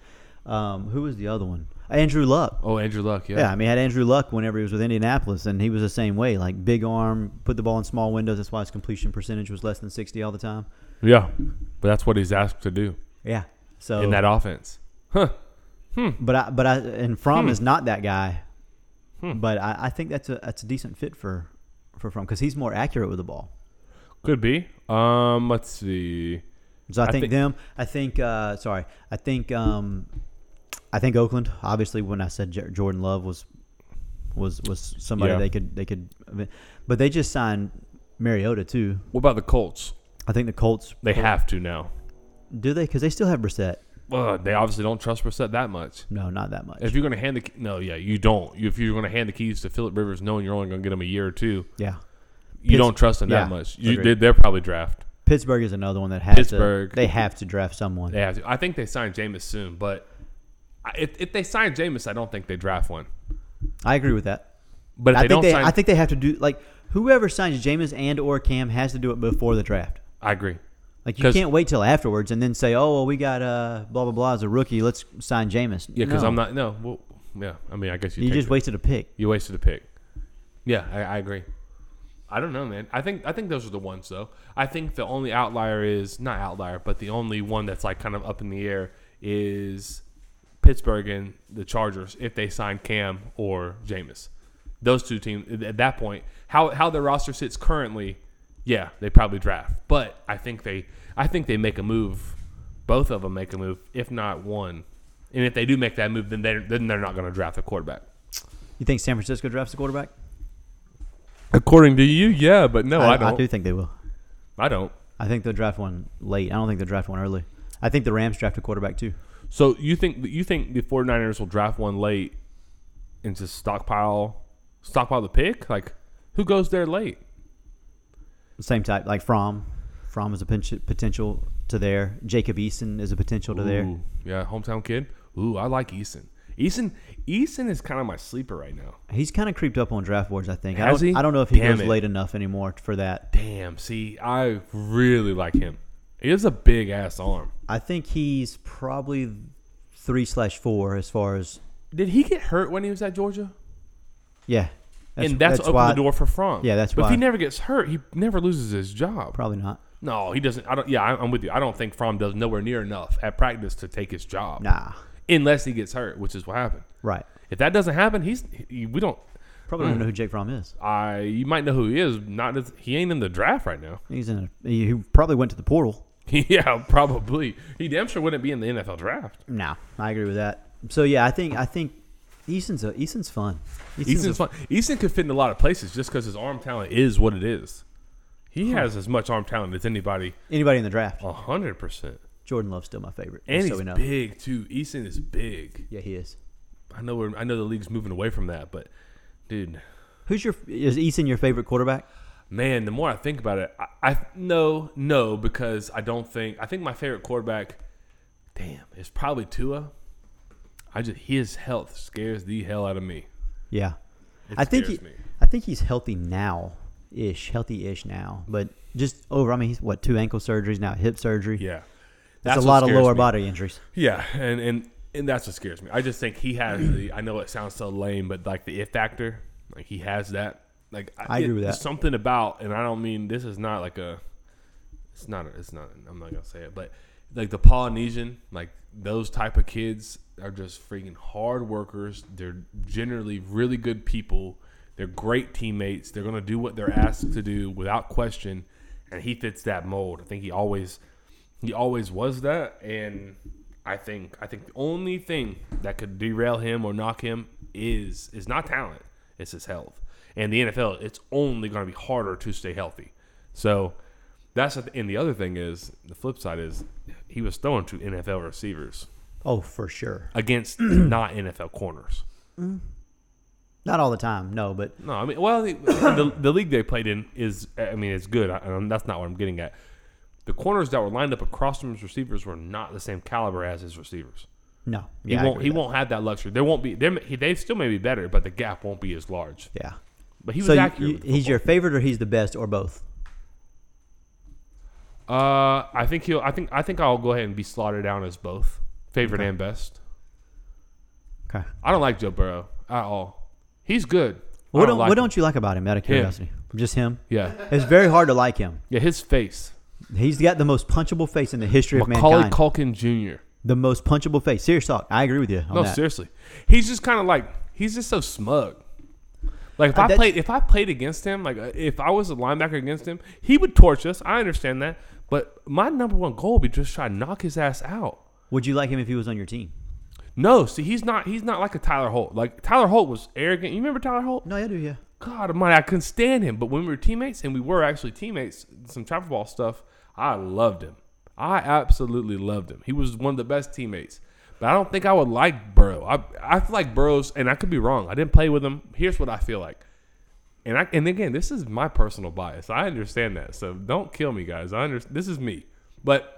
[SPEAKER 3] um, who was the other one? Andrew Luck.
[SPEAKER 4] oh, Andrew Luck. Yeah.
[SPEAKER 3] Yeah, I mean, had Andrew Luck whenever he was with Indianapolis, and he was the same way. Like big arm, put the ball in small windows. That's why his completion percentage was less than sixty all the time.
[SPEAKER 4] Yeah. But that's what he's asked to do
[SPEAKER 3] Yeah. So Oh.
[SPEAKER 4] in that offense. Hmm.
[SPEAKER 3] but I but I and From is not that guy. But I, I think that's a that's a decent fit for for Fromm because he's more accurate with the ball.
[SPEAKER 4] Could be. Um, let's see.
[SPEAKER 3] So I,
[SPEAKER 4] I
[SPEAKER 3] think,
[SPEAKER 4] think-
[SPEAKER 3] them. I think. Uh, sorry. I think. Um, I think Oakland. Obviously, when I said J- Jordan Love was was was somebody
[SPEAKER 4] Yeah.
[SPEAKER 3] they could they could, but they just signed Mariota too.
[SPEAKER 4] What about the Colts?
[SPEAKER 3] I think the Colts
[SPEAKER 4] They have to now.
[SPEAKER 3] do they because they still have Brissett.
[SPEAKER 4] Well, they obviously don't trust Brissett that much.
[SPEAKER 3] No, not that much.
[SPEAKER 4] If you're going to hand the no, yeah, you don't. You, if you're going to hand the keys to Philip Rivers, knowing you're only going to get him a year or two,
[SPEAKER 3] yeah,
[SPEAKER 4] you
[SPEAKER 3] Pitts-
[SPEAKER 4] don't trust him
[SPEAKER 3] yeah,
[SPEAKER 4] that much. You,
[SPEAKER 3] agreed.
[SPEAKER 4] they, they're probably draft.
[SPEAKER 3] Pittsburgh is another one that has
[SPEAKER 4] Pittsburgh.
[SPEAKER 3] To, they have to draft someone.
[SPEAKER 4] They have to. I think they signed Jameis soon, but I- if, if they sign Jameis, I don't think they draft one.
[SPEAKER 3] I agree with that.
[SPEAKER 4] But if
[SPEAKER 3] I
[SPEAKER 4] they
[SPEAKER 3] think
[SPEAKER 4] don't
[SPEAKER 3] they
[SPEAKER 4] sign,
[SPEAKER 3] I think they have to do like whoever signs Jameis and or Cam has to do it before the draft.
[SPEAKER 4] I agree.
[SPEAKER 3] Like you
[SPEAKER 4] 'Cause-
[SPEAKER 3] can't wait till afterwards and then say, "Oh, well, we got uh, blah blah blah as a rookie. Let's sign Jameis."
[SPEAKER 4] Yeah, because
[SPEAKER 3] No.
[SPEAKER 4] I'm not. No, well, yeah. I mean, I guess you.
[SPEAKER 3] You
[SPEAKER 4] take
[SPEAKER 3] just
[SPEAKER 4] the-
[SPEAKER 3] wasted a pick.
[SPEAKER 4] You wasted a pick. Yeah, I, I agree. I don't know, man. I think I think those are the ones though. I think the only outlier is not outlier, but the only one that's like kind of up in the air is Pittsburgh and the Chargers if they sign Cam or Jameis. Those two teams at that point, how how their roster sits currently, yeah, they probably draft. But I think they I think they make a move. Both of them make a move, if not one. And if they do make that move, then they then they're not going to draft a quarterback.
[SPEAKER 3] You think San Francisco drafts a quarterback?
[SPEAKER 4] According to you, yeah, but no, I,
[SPEAKER 3] I,
[SPEAKER 4] don't. I,
[SPEAKER 3] do think they will.
[SPEAKER 4] don't.
[SPEAKER 3] I think they'll draft one late. I don't think they'll draft one early. I think the Rams draft a quarterback too.
[SPEAKER 4] So you think you think the 49ers will draft one late and just stockpile stockpile the pick? Like who goes there late?
[SPEAKER 3] Same type, like Fromm. Fromm is a pinch- potential to there. Jacob Eason is a potential to there.
[SPEAKER 4] Ooh, yeah, hometown kid. Ooh, I like Eason. Eason Eason is kind of my sleeper right now.
[SPEAKER 3] He's kind of creeped up on draft boards. I think. I
[SPEAKER 4] Has
[SPEAKER 3] don't,
[SPEAKER 4] he?
[SPEAKER 3] I don't know if he
[SPEAKER 4] Damn
[SPEAKER 3] goes
[SPEAKER 4] it.
[SPEAKER 3] late enough anymore for that.
[SPEAKER 4] Damn, see, I really like him. He has a big ass arm.
[SPEAKER 3] I think he's probably three slash four as far as
[SPEAKER 4] Did he get hurt when he was at Georgia?
[SPEAKER 3] yeah.
[SPEAKER 4] and that's, opened
[SPEAKER 3] why-
[SPEAKER 4] the door for Fromm.
[SPEAKER 3] Yeah, that's
[SPEAKER 4] but if he
[SPEAKER 3] why.
[SPEAKER 4] never gets hurt, he never loses his job.
[SPEAKER 3] Probably not.
[SPEAKER 4] No, he doesn't. I don't. Yeah, I- I'm with you. I don't think Fromm does nowhere near enough at practice to take his job.
[SPEAKER 3] Nah.
[SPEAKER 4] unless he gets hurt, which is what happened.
[SPEAKER 3] Right.
[SPEAKER 4] If that doesn't happen, he's he, we don't.
[SPEAKER 3] Probably
[SPEAKER 4] Hmm.
[SPEAKER 3] don't know who Jake Fromm is.
[SPEAKER 4] I you might know who he is. Not as, he ain't in the draft right now. *laughs*
[SPEAKER 3] He's in. A, he, he probably went to the portal.
[SPEAKER 4] yeah, probably. He damn sure wouldn't be in the NFL draft.
[SPEAKER 3] No, I agree with that. So yeah, I think I think Eason's a, Eason's fun. a-
[SPEAKER 4] Easton's fun. Easton could fit in a lot of places just because his arm talent is what it is. He has as much arm talent as anybody.
[SPEAKER 3] anybody in the draft.
[SPEAKER 4] A hundred percent.
[SPEAKER 3] Jordan Love's still my favorite.
[SPEAKER 4] And
[SPEAKER 3] just so
[SPEAKER 4] he's
[SPEAKER 3] we know.
[SPEAKER 4] big too. Easton is big.
[SPEAKER 3] Yeah, he is.
[SPEAKER 4] I know. We're, I know the league's moving away from that, but dude.
[SPEAKER 3] Who's your is Eason your favorite quarterback?
[SPEAKER 4] Man, the more I think about it, I, I no, no, because I don't think I think my favorite quarterback, damn, is probably Tua. I just his health scares the hell out of me.
[SPEAKER 3] Yeah,
[SPEAKER 4] It
[SPEAKER 3] I think he,
[SPEAKER 4] scares me.
[SPEAKER 3] I think he's healthy now, ish, healthy ish now, but just over. I mean, he's what two ankle surgeries now, hip surgery.
[SPEAKER 4] Yeah,
[SPEAKER 3] that's, a
[SPEAKER 4] what
[SPEAKER 3] lot of
[SPEAKER 4] scares
[SPEAKER 3] lower
[SPEAKER 4] me.
[SPEAKER 3] body injuries.
[SPEAKER 4] Yeah, and and and that's what scares me. I just think he has the. I know it sounds so lame, but like the it factor, like he has that. Like
[SPEAKER 3] I agree with
[SPEAKER 4] there's
[SPEAKER 3] that.
[SPEAKER 4] Something about, and I don't mean this is not like a. It's not. A, it's not. I'm not gonna say it, but like the Polynesian, like those type of kids are just freaking hard workers. They're generally really good people. They're great teammates. They're gonna do what they're asked to do without question, and he fits that mold. I think he always he always was that and i think i think the only thing that could derail him or knock him is is not talent it's his health and the nfl it's only going to be harder to stay healthy so that's the and the other thing is the flip side is he was throwing to nfl receivers
[SPEAKER 3] Oh, for sure. *clears throat*
[SPEAKER 4] against *clears throat* not nfl corners
[SPEAKER 3] Not all the time, no, but
[SPEAKER 4] No, I mean, well, the, the, the league they played in is, I mean, it's good. I, and that's not what I'm getting at. The corners that were lined up across from his receivers were not the same caliber as his receivers.
[SPEAKER 3] no.
[SPEAKER 4] He
[SPEAKER 3] Yeah, I
[SPEAKER 4] won't.
[SPEAKER 3] agree
[SPEAKER 4] He
[SPEAKER 3] with
[SPEAKER 4] won't have that luxury. There won't be. There, he, they still may be better, but the gap won't be as large.
[SPEAKER 3] that. Yeah.
[SPEAKER 4] But he was
[SPEAKER 3] so you-
[SPEAKER 4] accurate.
[SPEAKER 3] you-
[SPEAKER 4] with the
[SPEAKER 3] he's your favorite, or he's the best, or both.
[SPEAKER 4] football. Uh, I think he'll. I think. I think I'll go ahead and be slaughtered down as both favorite and best.
[SPEAKER 3] Okay.
[SPEAKER 4] I don't like Joe Burrow at all. He's good. I
[SPEAKER 3] What don't,
[SPEAKER 4] like
[SPEAKER 3] what
[SPEAKER 4] him.
[SPEAKER 3] don't you like about him? Out of curiosity, just him.
[SPEAKER 4] Yeah,
[SPEAKER 3] It's very hard to like him.
[SPEAKER 4] yeah. His face.
[SPEAKER 3] He's got the most punchable face in the history of
[SPEAKER 4] Macaulay
[SPEAKER 3] mankind.
[SPEAKER 4] Culkin Jr.
[SPEAKER 3] the most punchable face. Serious talk. I agree with you on
[SPEAKER 4] No,
[SPEAKER 3] that.
[SPEAKER 4] seriously. He's just kind of like he's just so smug. Like if
[SPEAKER 3] Uh,
[SPEAKER 4] I,
[SPEAKER 3] that-
[SPEAKER 4] played if I played against him, like uh, if I was a linebacker against him, he would torch us. I understand that, but my number one goal would be just try to knock his ass out.
[SPEAKER 3] Would you like him if he was on your team?
[SPEAKER 4] No, see, he's not he's not like a Tyler Holt. Like Tyler Holt was arrogant. You remember Tyler Holt?
[SPEAKER 3] No, I do. Yeah.
[SPEAKER 4] God Almighty, I couldn't stand him. But when we were teammates, and we were actually teammates, some travel ball stuff, I loved him. I absolutely loved him. He was one of the best teammates. But I don't think I would like Burrow. I I feel like Burrow's, and I could be wrong. I didn't play with him. Here's what I feel like. And I and again, this is my personal bias. I understand that. So don't kill me, guys. I understand. This is me. But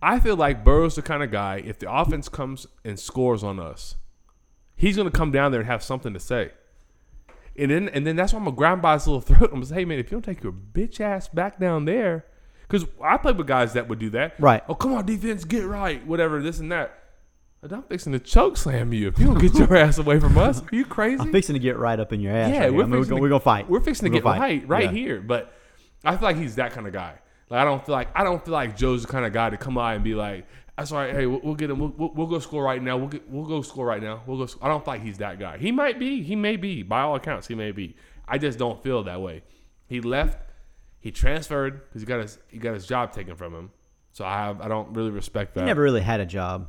[SPEAKER 4] I feel like Burrow's the kind of guy. If the offense comes and scores on us, he's going to come down there and have something to say. And then and then that's why I'm gonna grind by his little *laughs* throat. I'm gonna say, hey man, if you don't take your bitch ass back down there, because I played with guys that would do that.
[SPEAKER 3] Right.
[SPEAKER 4] Oh come on, defense, get right, whatever, this and that. But I'm fixing to choke slam you if you don't get your *laughs* ass away from us. Are you crazy?
[SPEAKER 3] I'm fixing to get right up in your ass.
[SPEAKER 4] yeah,
[SPEAKER 3] right now. I
[SPEAKER 4] we're,
[SPEAKER 3] mean, we're,
[SPEAKER 4] fixing
[SPEAKER 3] gonna,
[SPEAKER 4] to-
[SPEAKER 3] we're gonna fight.
[SPEAKER 4] We're fixing to
[SPEAKER 3] We're
[SPEAKER 4] get
[SPEAKER 3] gonna fight.
[SPEAKER 4] right right
[SPEAKER 3] Yeah.
[SPEAKER 4] here. But I feel like he's that kind of guy. Like I don't feel like I don't feel like Joe's the kind of guy to come out and be like, "That's all right. Hey, we'll, we'll get him. We'll, we'll, we'll go score right now. We'll get, we'll go score right now. We'll go." sc-" I don't feel like he's that guy. He might be. He may be. By all accounts, he may be. I just don't feel that way. He left. He transferred because he got his he got his job taken from him. So I have I don't really respect that.
[SPEAKER 3] He never really had a job.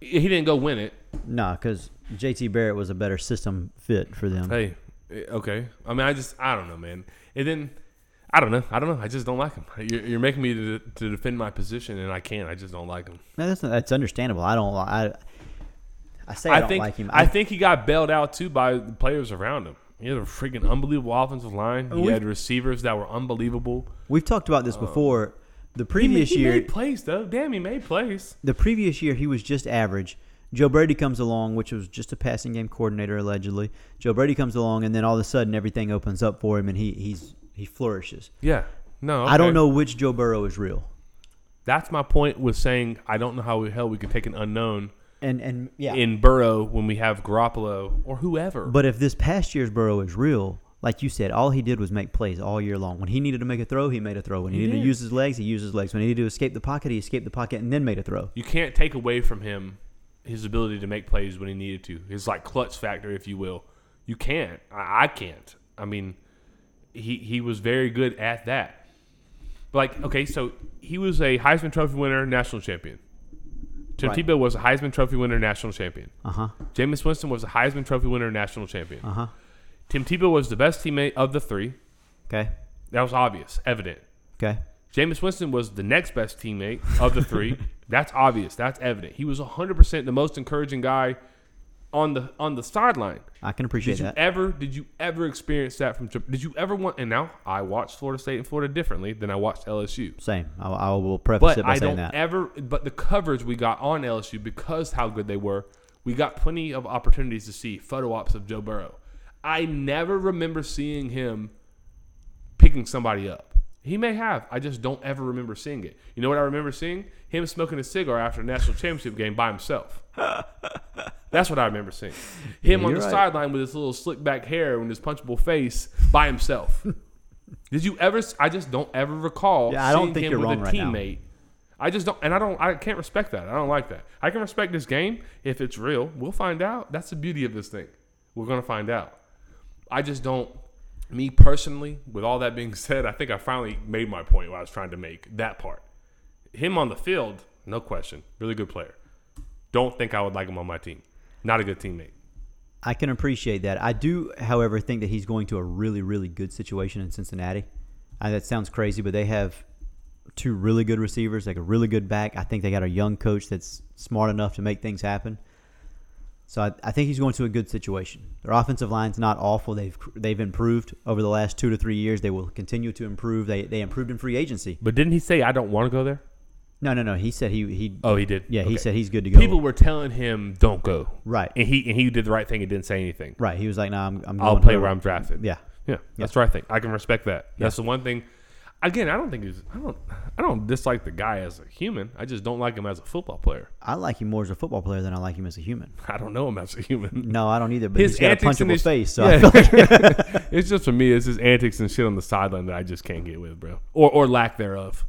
[SPEAKER 4] He didn't go win it.
[SPEAKER 3] Nah, because JT Barrett was a better system fit for them.
[SPEAKER 4] Hey, eh, okay. I mean, I just I don't know, man. And then I don't know. I don't know. I just don't like him. You're, you're making me to, to defend my position, and I can't. I just don't like him.
[SPEAKER 3] No, that's not, that's understandable. I don't. li- I I say I,
[SPEAKER 4] I
[SPEAKER 3] don't
[SPEAKER 4] think
[SPEAKER 3] like him.
[SPEAKER 4] I, think he got bailed out too by the players around him. He had a freaking unbelievable offensive line. He
[SPEAKER 3] we-
[SPEAKER 4] had receivers that were unbelievable.
[SPEAKER 3] we've talked about this before. The
[SPEAKER 4] Oh. He, ma-
[SPEAKER 3] previous
[SPEAKER 4] he
[SPEAKER 3] year,
[SPEAKER 4] made plays though. Damn, he made plays.
[SPEAKER 3] the previous year he was just average. Joe Brady comes along, which was just a passing game coordinator allegedly. Joe Brady comes along, and then all of a sudden everything opens up for him, and he he's he flourishes.
[SPEAKER 4] Yeah. No,
[SPEAKER 3] I don't
[SPEAKER 4] okay.
[SPEAKER 3] know which Joe Burrow is real,
[SPEAKER 4] That's my point with saying I don't know how the hell we could take an unknown
[SPEAKER 3] and and yeah.
[SPEAKER 4] in Burrow when we have Garoppolo or whoever.
[SPEAKER 3] but if this past year's Burrow is real, like you said, all he did was make plays all year long. When he needed to make a throw, he made a throw. When he, needed
[SPEAKER 4] did.
[SPEAKER 3] to use his legs, he used his legs. When he needed to escape the pocket, he escaped the pocket and then made a throw.
[SPEAKER 4] you can't take away from him his ability to make plays when he needed to. His like clutch factor, if you will. You can't. I, I can't. I mean, he he was very good at that. But like, okay, so he was a Heisman Trophy winner, national champion. Tim
[SPEAKER 3] Right.
[SPEAKER 4] Tebow was a Heisman Trophy winner, national champion.
[SPEAKER 3] Uh huh.
[SPEAKER 4] Jameis Winston was a Heisman Trophy winner, national champion.
[SPEAKER 3] Uh huh.
[SPEAKER 4] Tim Tebow was the best teammate of the three.
[SPEAKER 3] Okay.
[SPEAKER 4] That was obvious, evident.
[SPEAKER 3] Okay.
[SPEAKER 4] Jameis Winston was the next best teammate of the three. That's obvious. That's evident. He was 100% the most encouraging guy on the on the sideline.
[SPEAKER 3] I can
[SPEAKER 4] Did
[SPEAKER 3] appreciate
[SPEAKER 4] you
[SPEAKER 3] that.
[SPEAKER 4] ever did you ever experience that from Jam- Did you ever want and now I watched Florida State and Florida differently than I watched LSU.
[SPEAKER 3] Same. I, I will preface
[SPEAKER 4] But
[SPEAKER 3] it by
[SPEAKER 4] I
[SPEAKER 3] saying
[SPEAKER 4] don't
[SPEAKER 3] that.
[SPEAKER 4] ever but the coverage we got on LSU because how good they were, we got plenty of opportunities to see photo ops of Joe Burrow. I never remember seeing him picking somebody up. He may have. I just don't ever remember seeing it. You know what I remember seeing? Him smoking a cigar after a national championship game by himself. That's what I
[SPEAKER 3] *laughs*
[SPEAKER 4] remember seeing. Him
[SPEAKER 3] Yeah,
[SPEAKER 4] on
[SPEAKER 3] you're
[SPEAKER 4] the
[SPEAKER 3] right.
[SPEAKER 4] sideline with his little slick back hair and his punchable face
[SPEAKER 3] *laughs*
[SPEAKER 4] by himself. Did you ever? s- I just don't ever recall
[SPEAKER 3] Yeah, I don't
[SPEAKER 4] seeing
[SPEAKER 3] think
[SPEAKER 4] him
[SPEAKER 3] you're
[SPEAKER 4] with
[SPEAKER 3] wrong
[SPEAKER 4] a
[SPEAKER 3] right now.
[SPEAKER 4] teammate. I just don't, and I don't. I can't respect that. I don't like that. I can respect this game if it's real. We'll find out. That's the beauty of this thing. We're gonna find out. I just don't. Me personally, with all that being *laughs* said, I think I finally made my point. What I was trying to make that part. Him on the field, no question, really good player. Don't think I would like him on my team. Not a good teammate.
[SPEAKER 3] I can appreciate that. I do, however, think that he's going to a really, really good situation in Cincinnati. I, that sounds crazy, but they have two really good receivers, like a really good back. I think they got a young coach that's smart enough to make things happen. So I, I think he's going to a good situation. Their offensive line's not awful. They've they've improved over the last two to three years. They will continue to improve. They they improved in free agency.
[SPEAKER 4] But didn't he say I don't want to go there?
[SPEAKER 3] No, no, no. He said he he.
[SPEAKER 4] Oh, he did.
[SPEAKER 3] yeah, he
[SPEAKER 4] Okay.
[SPEAKER 3] said he's good to go.
[SPEAKER 4] People were telling him don't go.
[SPEAKER 3] Right.
[SPEAKER 4] And he and he did the right thing and didn't say anything.
[SPEAKER 3] right. He was like, "No, I'm I'm going
[SPEAKER 4] I'll play
[SPEAKER 3] home."
[SPEAKER 4] where I'm drafted.
[SPEAKER 3] Yeah.
[SPEAKER 4] Yeah. That's what I think. I can respect that. That's the one thing. Again, I don't think he's. I don't. I don't dislike the guy as a human. I just don't like him as a football player. *laughs*
[SPEAKER 3] I like him more as a football player than I like him as a human.
[SPEAKER 4] I don't know him as a human.
[SPEAKER 3] No, I don't either. But
[SPEAKER 4] His
[SPEAKER 3] he's got a
[SPEAKER 4] antics and
[SPEAKER 3] punchable
[SPEAKER 4] his-
[SPEAKER 3] face. So
[SPEAKER 4] Yeah.
[SPEAKER 3] I feel like
[SPEAKER 4] *laughs*
[SPEAKER 3] *laughs*
[SPEAKER 4] It's just for me. It's his antics and shit on the sideline that I just can't get with, bro, or or lack thereof.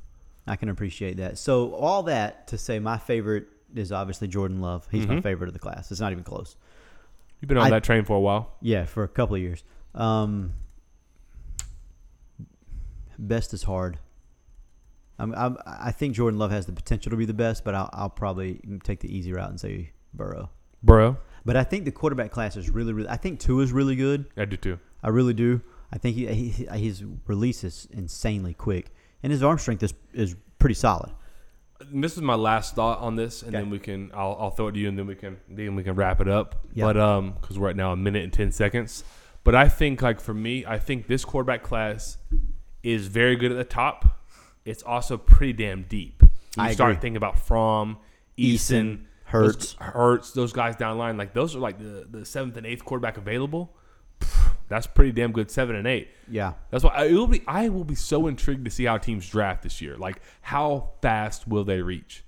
[SPEAKER 3] I can appreciate that. So all that to say, my favorite is obviously Jordan
[SPEAKER 4] Mm-hmm.
[SPEAKER 3] Love. He's my favorite of the class. It's not even close.
[SPEAKER 4] You've been on
[SPEAKER 3] I-
[SPEAKER 4] that train for a while.
[SPEAKER 3] Yeah, for a couple of years. Um, best is hard. I'm, I'm, I think Jordan Love has the potential to be the best, but I'll, I'll probably take the easy route and say Burrow.
[SPEAKER 4] Bro,
[SPEAKER 3] But I think the quarterback class is really, really. I think two is really good.
[SPEAKER 4] I do too.
[SPEAKER 3] I really do. I think he, he, his release is insanely quick, and his arm strength is is pretty solid.
[SPEAKER 4] And this is my last thought on this, and
[SPEAKER 3] Okay.
[SPEAKER 4] then we can. I'll, I'll throw it to you, and then we can. Then we can wrap it up.
[SPEAKER 3] Yeah.
[SPEAKER 4] But um, because we're at now a minute and ten seconds. But I think like for me, I think this quarterback class is very good at the top. It's also pretty damn deep. When you
[SPEAKER 3] I
[SPEAKER 4] start
[SPEAKER 3] agree.
[SPEAKER 4] thinking about Fromm,
[SPEAKER 3] Eason,
[SPEAKER 4] Eason,
[SPEAKER 3] Hurts.
[SPEAKER 4] Hurts, those guys down line. Like those are like the, the seventh and eighth quarterback available. Pff, That's pretty damn good. Seven and eight.
[SPEAKER 3] Yeah,
[SPEAKER 4] That's why I will be. I will be so intrigued to see how teams draft this year. Like, how fast will they reach?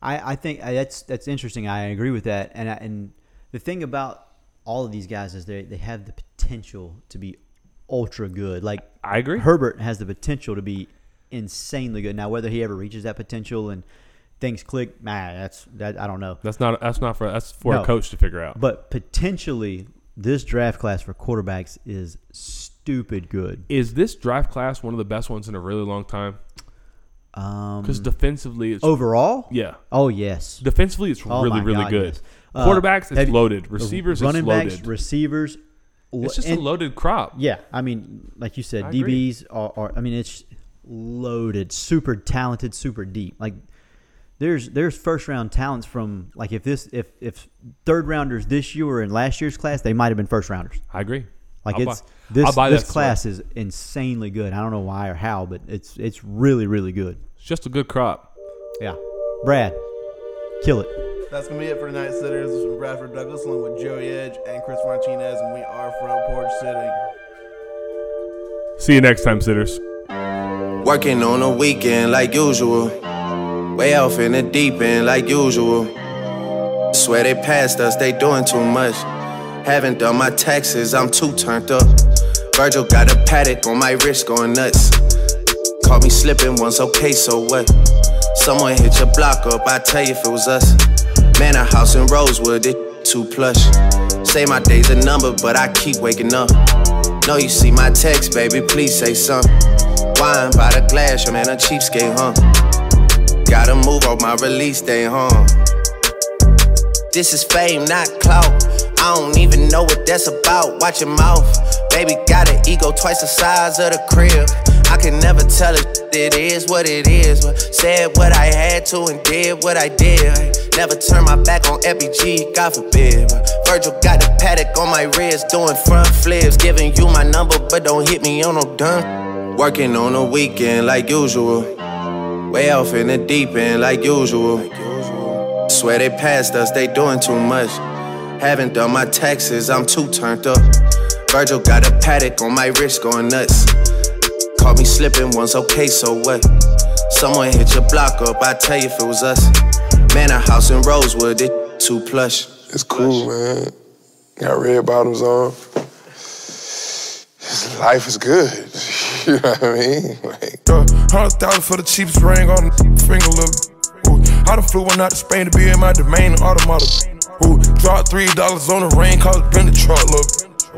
[SPEAKER 3] I, I think I, that's that's interesting. I agree with that. And I, and the thing about all of these guys is they they have the potential to be ultra good. Like
[SPEAKER 4] I agree.
[SPEAKER 3] Herbert has the potential to be insanely good. Now whether he ever reaches that potential and things click, nah, that's that I don't know.
[SPEAKER 4] That's not. That's not for. That's for
[SPEAKER 3] No.
[SPEAKER 4] a coach to figure out.
[SPEAKER 3] But potentially this draft class for quarterbacks is stupid good.
[SPEAKER 4] Is this draft class one of the best ones in a really long time?
[SPEAKER 3] Um,
[SPEAKER 4] Because defensively, it's
[SPEAKER 3] overall?
[SPEAKER 4] yeah.
[SPEAKER 3] Oh yes.
[SPEAKER 4] Defensively, it's
[SPEAKER 3] Oh,
[SPEAKER 4] really
[SPEAKER 3] my
[SPEAKER 4] really
[SPEAKER 3] God,
[SPEAKER 4] good.
[SPEAKER 3] yes. Uh,
[SPEAKER 4] Quarterbacks,
[SPEAKER 3] have
[SPEAKER 4] it's
[SPEAKER 3] you-
[SPEAKER 4] loaded. Receivers, it's
[SPEAKER 3] running
[SPEAKER 4] loaded.
[SPEAKER 3] backs, receivers.
[SPEAKER 4] it's just
[SPEAKER 3] and-
[SPEAKER 4] a loaded crop.
[SPEAKER 3] Yeah, I mean, like you said,
[SPEAKER 4] I agree.
[SPEAKER 3] DBs are, are. I mean, it's loaded, super talented, super deep. Like there's there's first round talents from like if this if if third rounders this year were in last year's class, they might have been first rounders.
[SPEAKER 4] I agree.
[SPEAKER 3] Like
[SPEAKER 4] I'll
[SPEAKER 3] it's
[SPEAKER 4] buy- I'll
[SPEAKER 3] this
[SPEAKER 4] buy
[SPEAKER 3] this
[SPEAKER 4] that story.
[SPEAKER 3] class is insanely good. I don't know why or how, but it's it's really really good.
[SPEAKER 4] It's just a good crop.
[SPEAKER 3] Yeah, Brad, kill it.
[SPEAKER 2] That's gonna be it for tonight, sitters. This is from Bradford Douglas along with Joey Edge and Chris Martinez, and we are front porch sitting.
[SPEAKER 4] See you next time, sitters.
[SPEAKER 1] Working on a weekend like usual. Way off in the deep end like usual. Swear they passed us, they doing too much. Haven't done my taxes, I'm too turned up. Virgil got a paddock on my wrist going nuts. Caught me slipping once, okay, so what? Someone hit your block up, I tell you if it was us. Manor house in Rosewood, it too plush. Say my day's a number, but I keep waking up. No, you see my text, baby, please say something. Wine by the glass, your man a cheapskate, huh? Gotta move on my release day, huh? This is fame, not clout. I don't even know what that's about. Watch your mouth. Baby got an ego twice the size of the crib. I can never tell it. It is what it is. But said what I had to and did what I did. Never turn my back on FBG, God forbid. Virgil got the paddock on my wrist, doing front flips. Giving you my number, but don't hit me on no dumb. Working on a weekend like usual. Way off in the deep end like usual. Swear they passed us, they doing too much. Haven't done my taxes, I'm too turned up. Virgil got a paddock on my wrist going nuts. Caught me slipping once, okay, so what? Someone hit your block up, I tell you if it was us. Man, a house in Rosewood, it too plush.
[SPEAKER 5] It's cool, man. Got red bottoms on. Life is good. *laughs* you know what I mean? *laughs* Like,
[SPEAKER 6] Hundred thousand for the cheapest ring on the finger, little. Ooh, I done flew one out to Spain to be in my domain and automata. Ooh, dropped three dollars on the rain, cause it been the truck, little.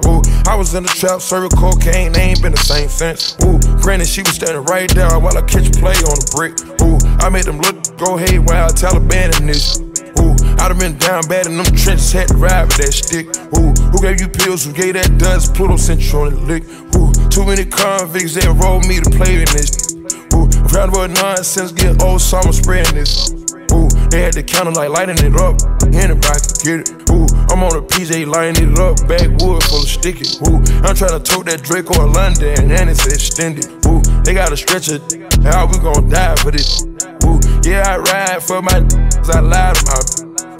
[SPEAKER 6] Ooh, I was in the trap serving cocaine, they ain't been the same since. Ooh, granted, she was standing right there while I catch a play on the brick. Ooh, I made them look go hey while Taliban in this. Ooh, I done been down bad in them trenches, had to ride with that stick. Ooh, who gave you pills? Who gave that dust? Pluto sent you on the lick. Ooh, too many convicts that enrolled me to play in this. Ooh, round about nonsense, get old, so I'm spreading this. Ooh, they had the counter like lighting it up. Anybody can get it. Ooh, I'm on a PJ lighting it up. Backwood full of sticky. Ooh, I'm tryna tote that Drake or London and then it's extended. Ooh, they got a stretcher. How we gon' die for this? Ooh, yeah, I ride for my d- I lied to my.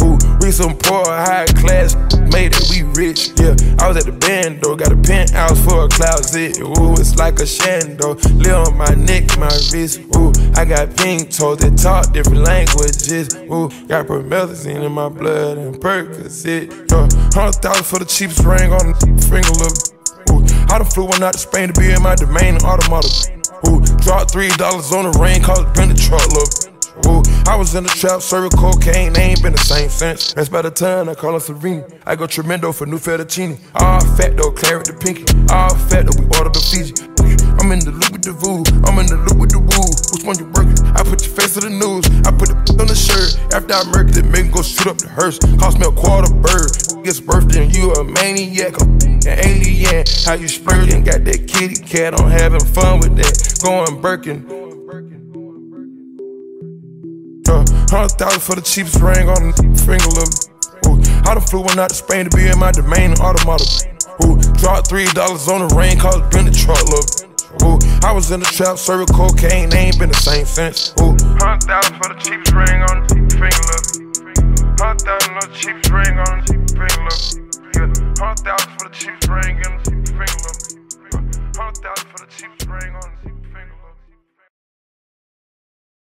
[SPEAKER 6] Ooh, we some poor high class made it, we rich. Yeah, I was at the band though, got a penthouse for a closet. Ooh, it's like a shando. Lay on my neck, my wrist. Ooh, I got pink toes that talk different languages. Ooh, got promethazine in my blood and Percocet. Yeah, hundred thousand for the cheapest ring on the finger, little. Ooh, I done flew one out to Spain to be in my domain and automata. Ooh, dropped three dollars on the rain, cause it been the truck, look. Ooh, I was in the trap, serving cocaine, they ain't been the same since. That's by the time I call her Serena. I go tremendo for new fettuccine. All fat though, claret the pinky. All fat though, we ordered the Fiji. I'm in the loop with the voo. I'm in the loop with the woo. Which one you working? I put your face to the news. I put the on the shirt. After I murdered it, make 'em go shoot up the hearse. Cost me a quarter bird. It's birthday and you a maniac, a an alien. How you splurging? Got that kitty cat. I'm having fun with that. Going Birkin. Uh, Hundred thousand for the cheapest ring on the finger, little. Ooh, I done flew one out to Spain to be in my domain, automata. Ooh, dropped three dollars on the rain, cause been the truck, little. Ooh, I was in the trap, serving cocaine, they ain't been the same since. Ooh, hundred thousand for the cheapest ring on the finger, little. Hundred thousand on the cheapest ring on the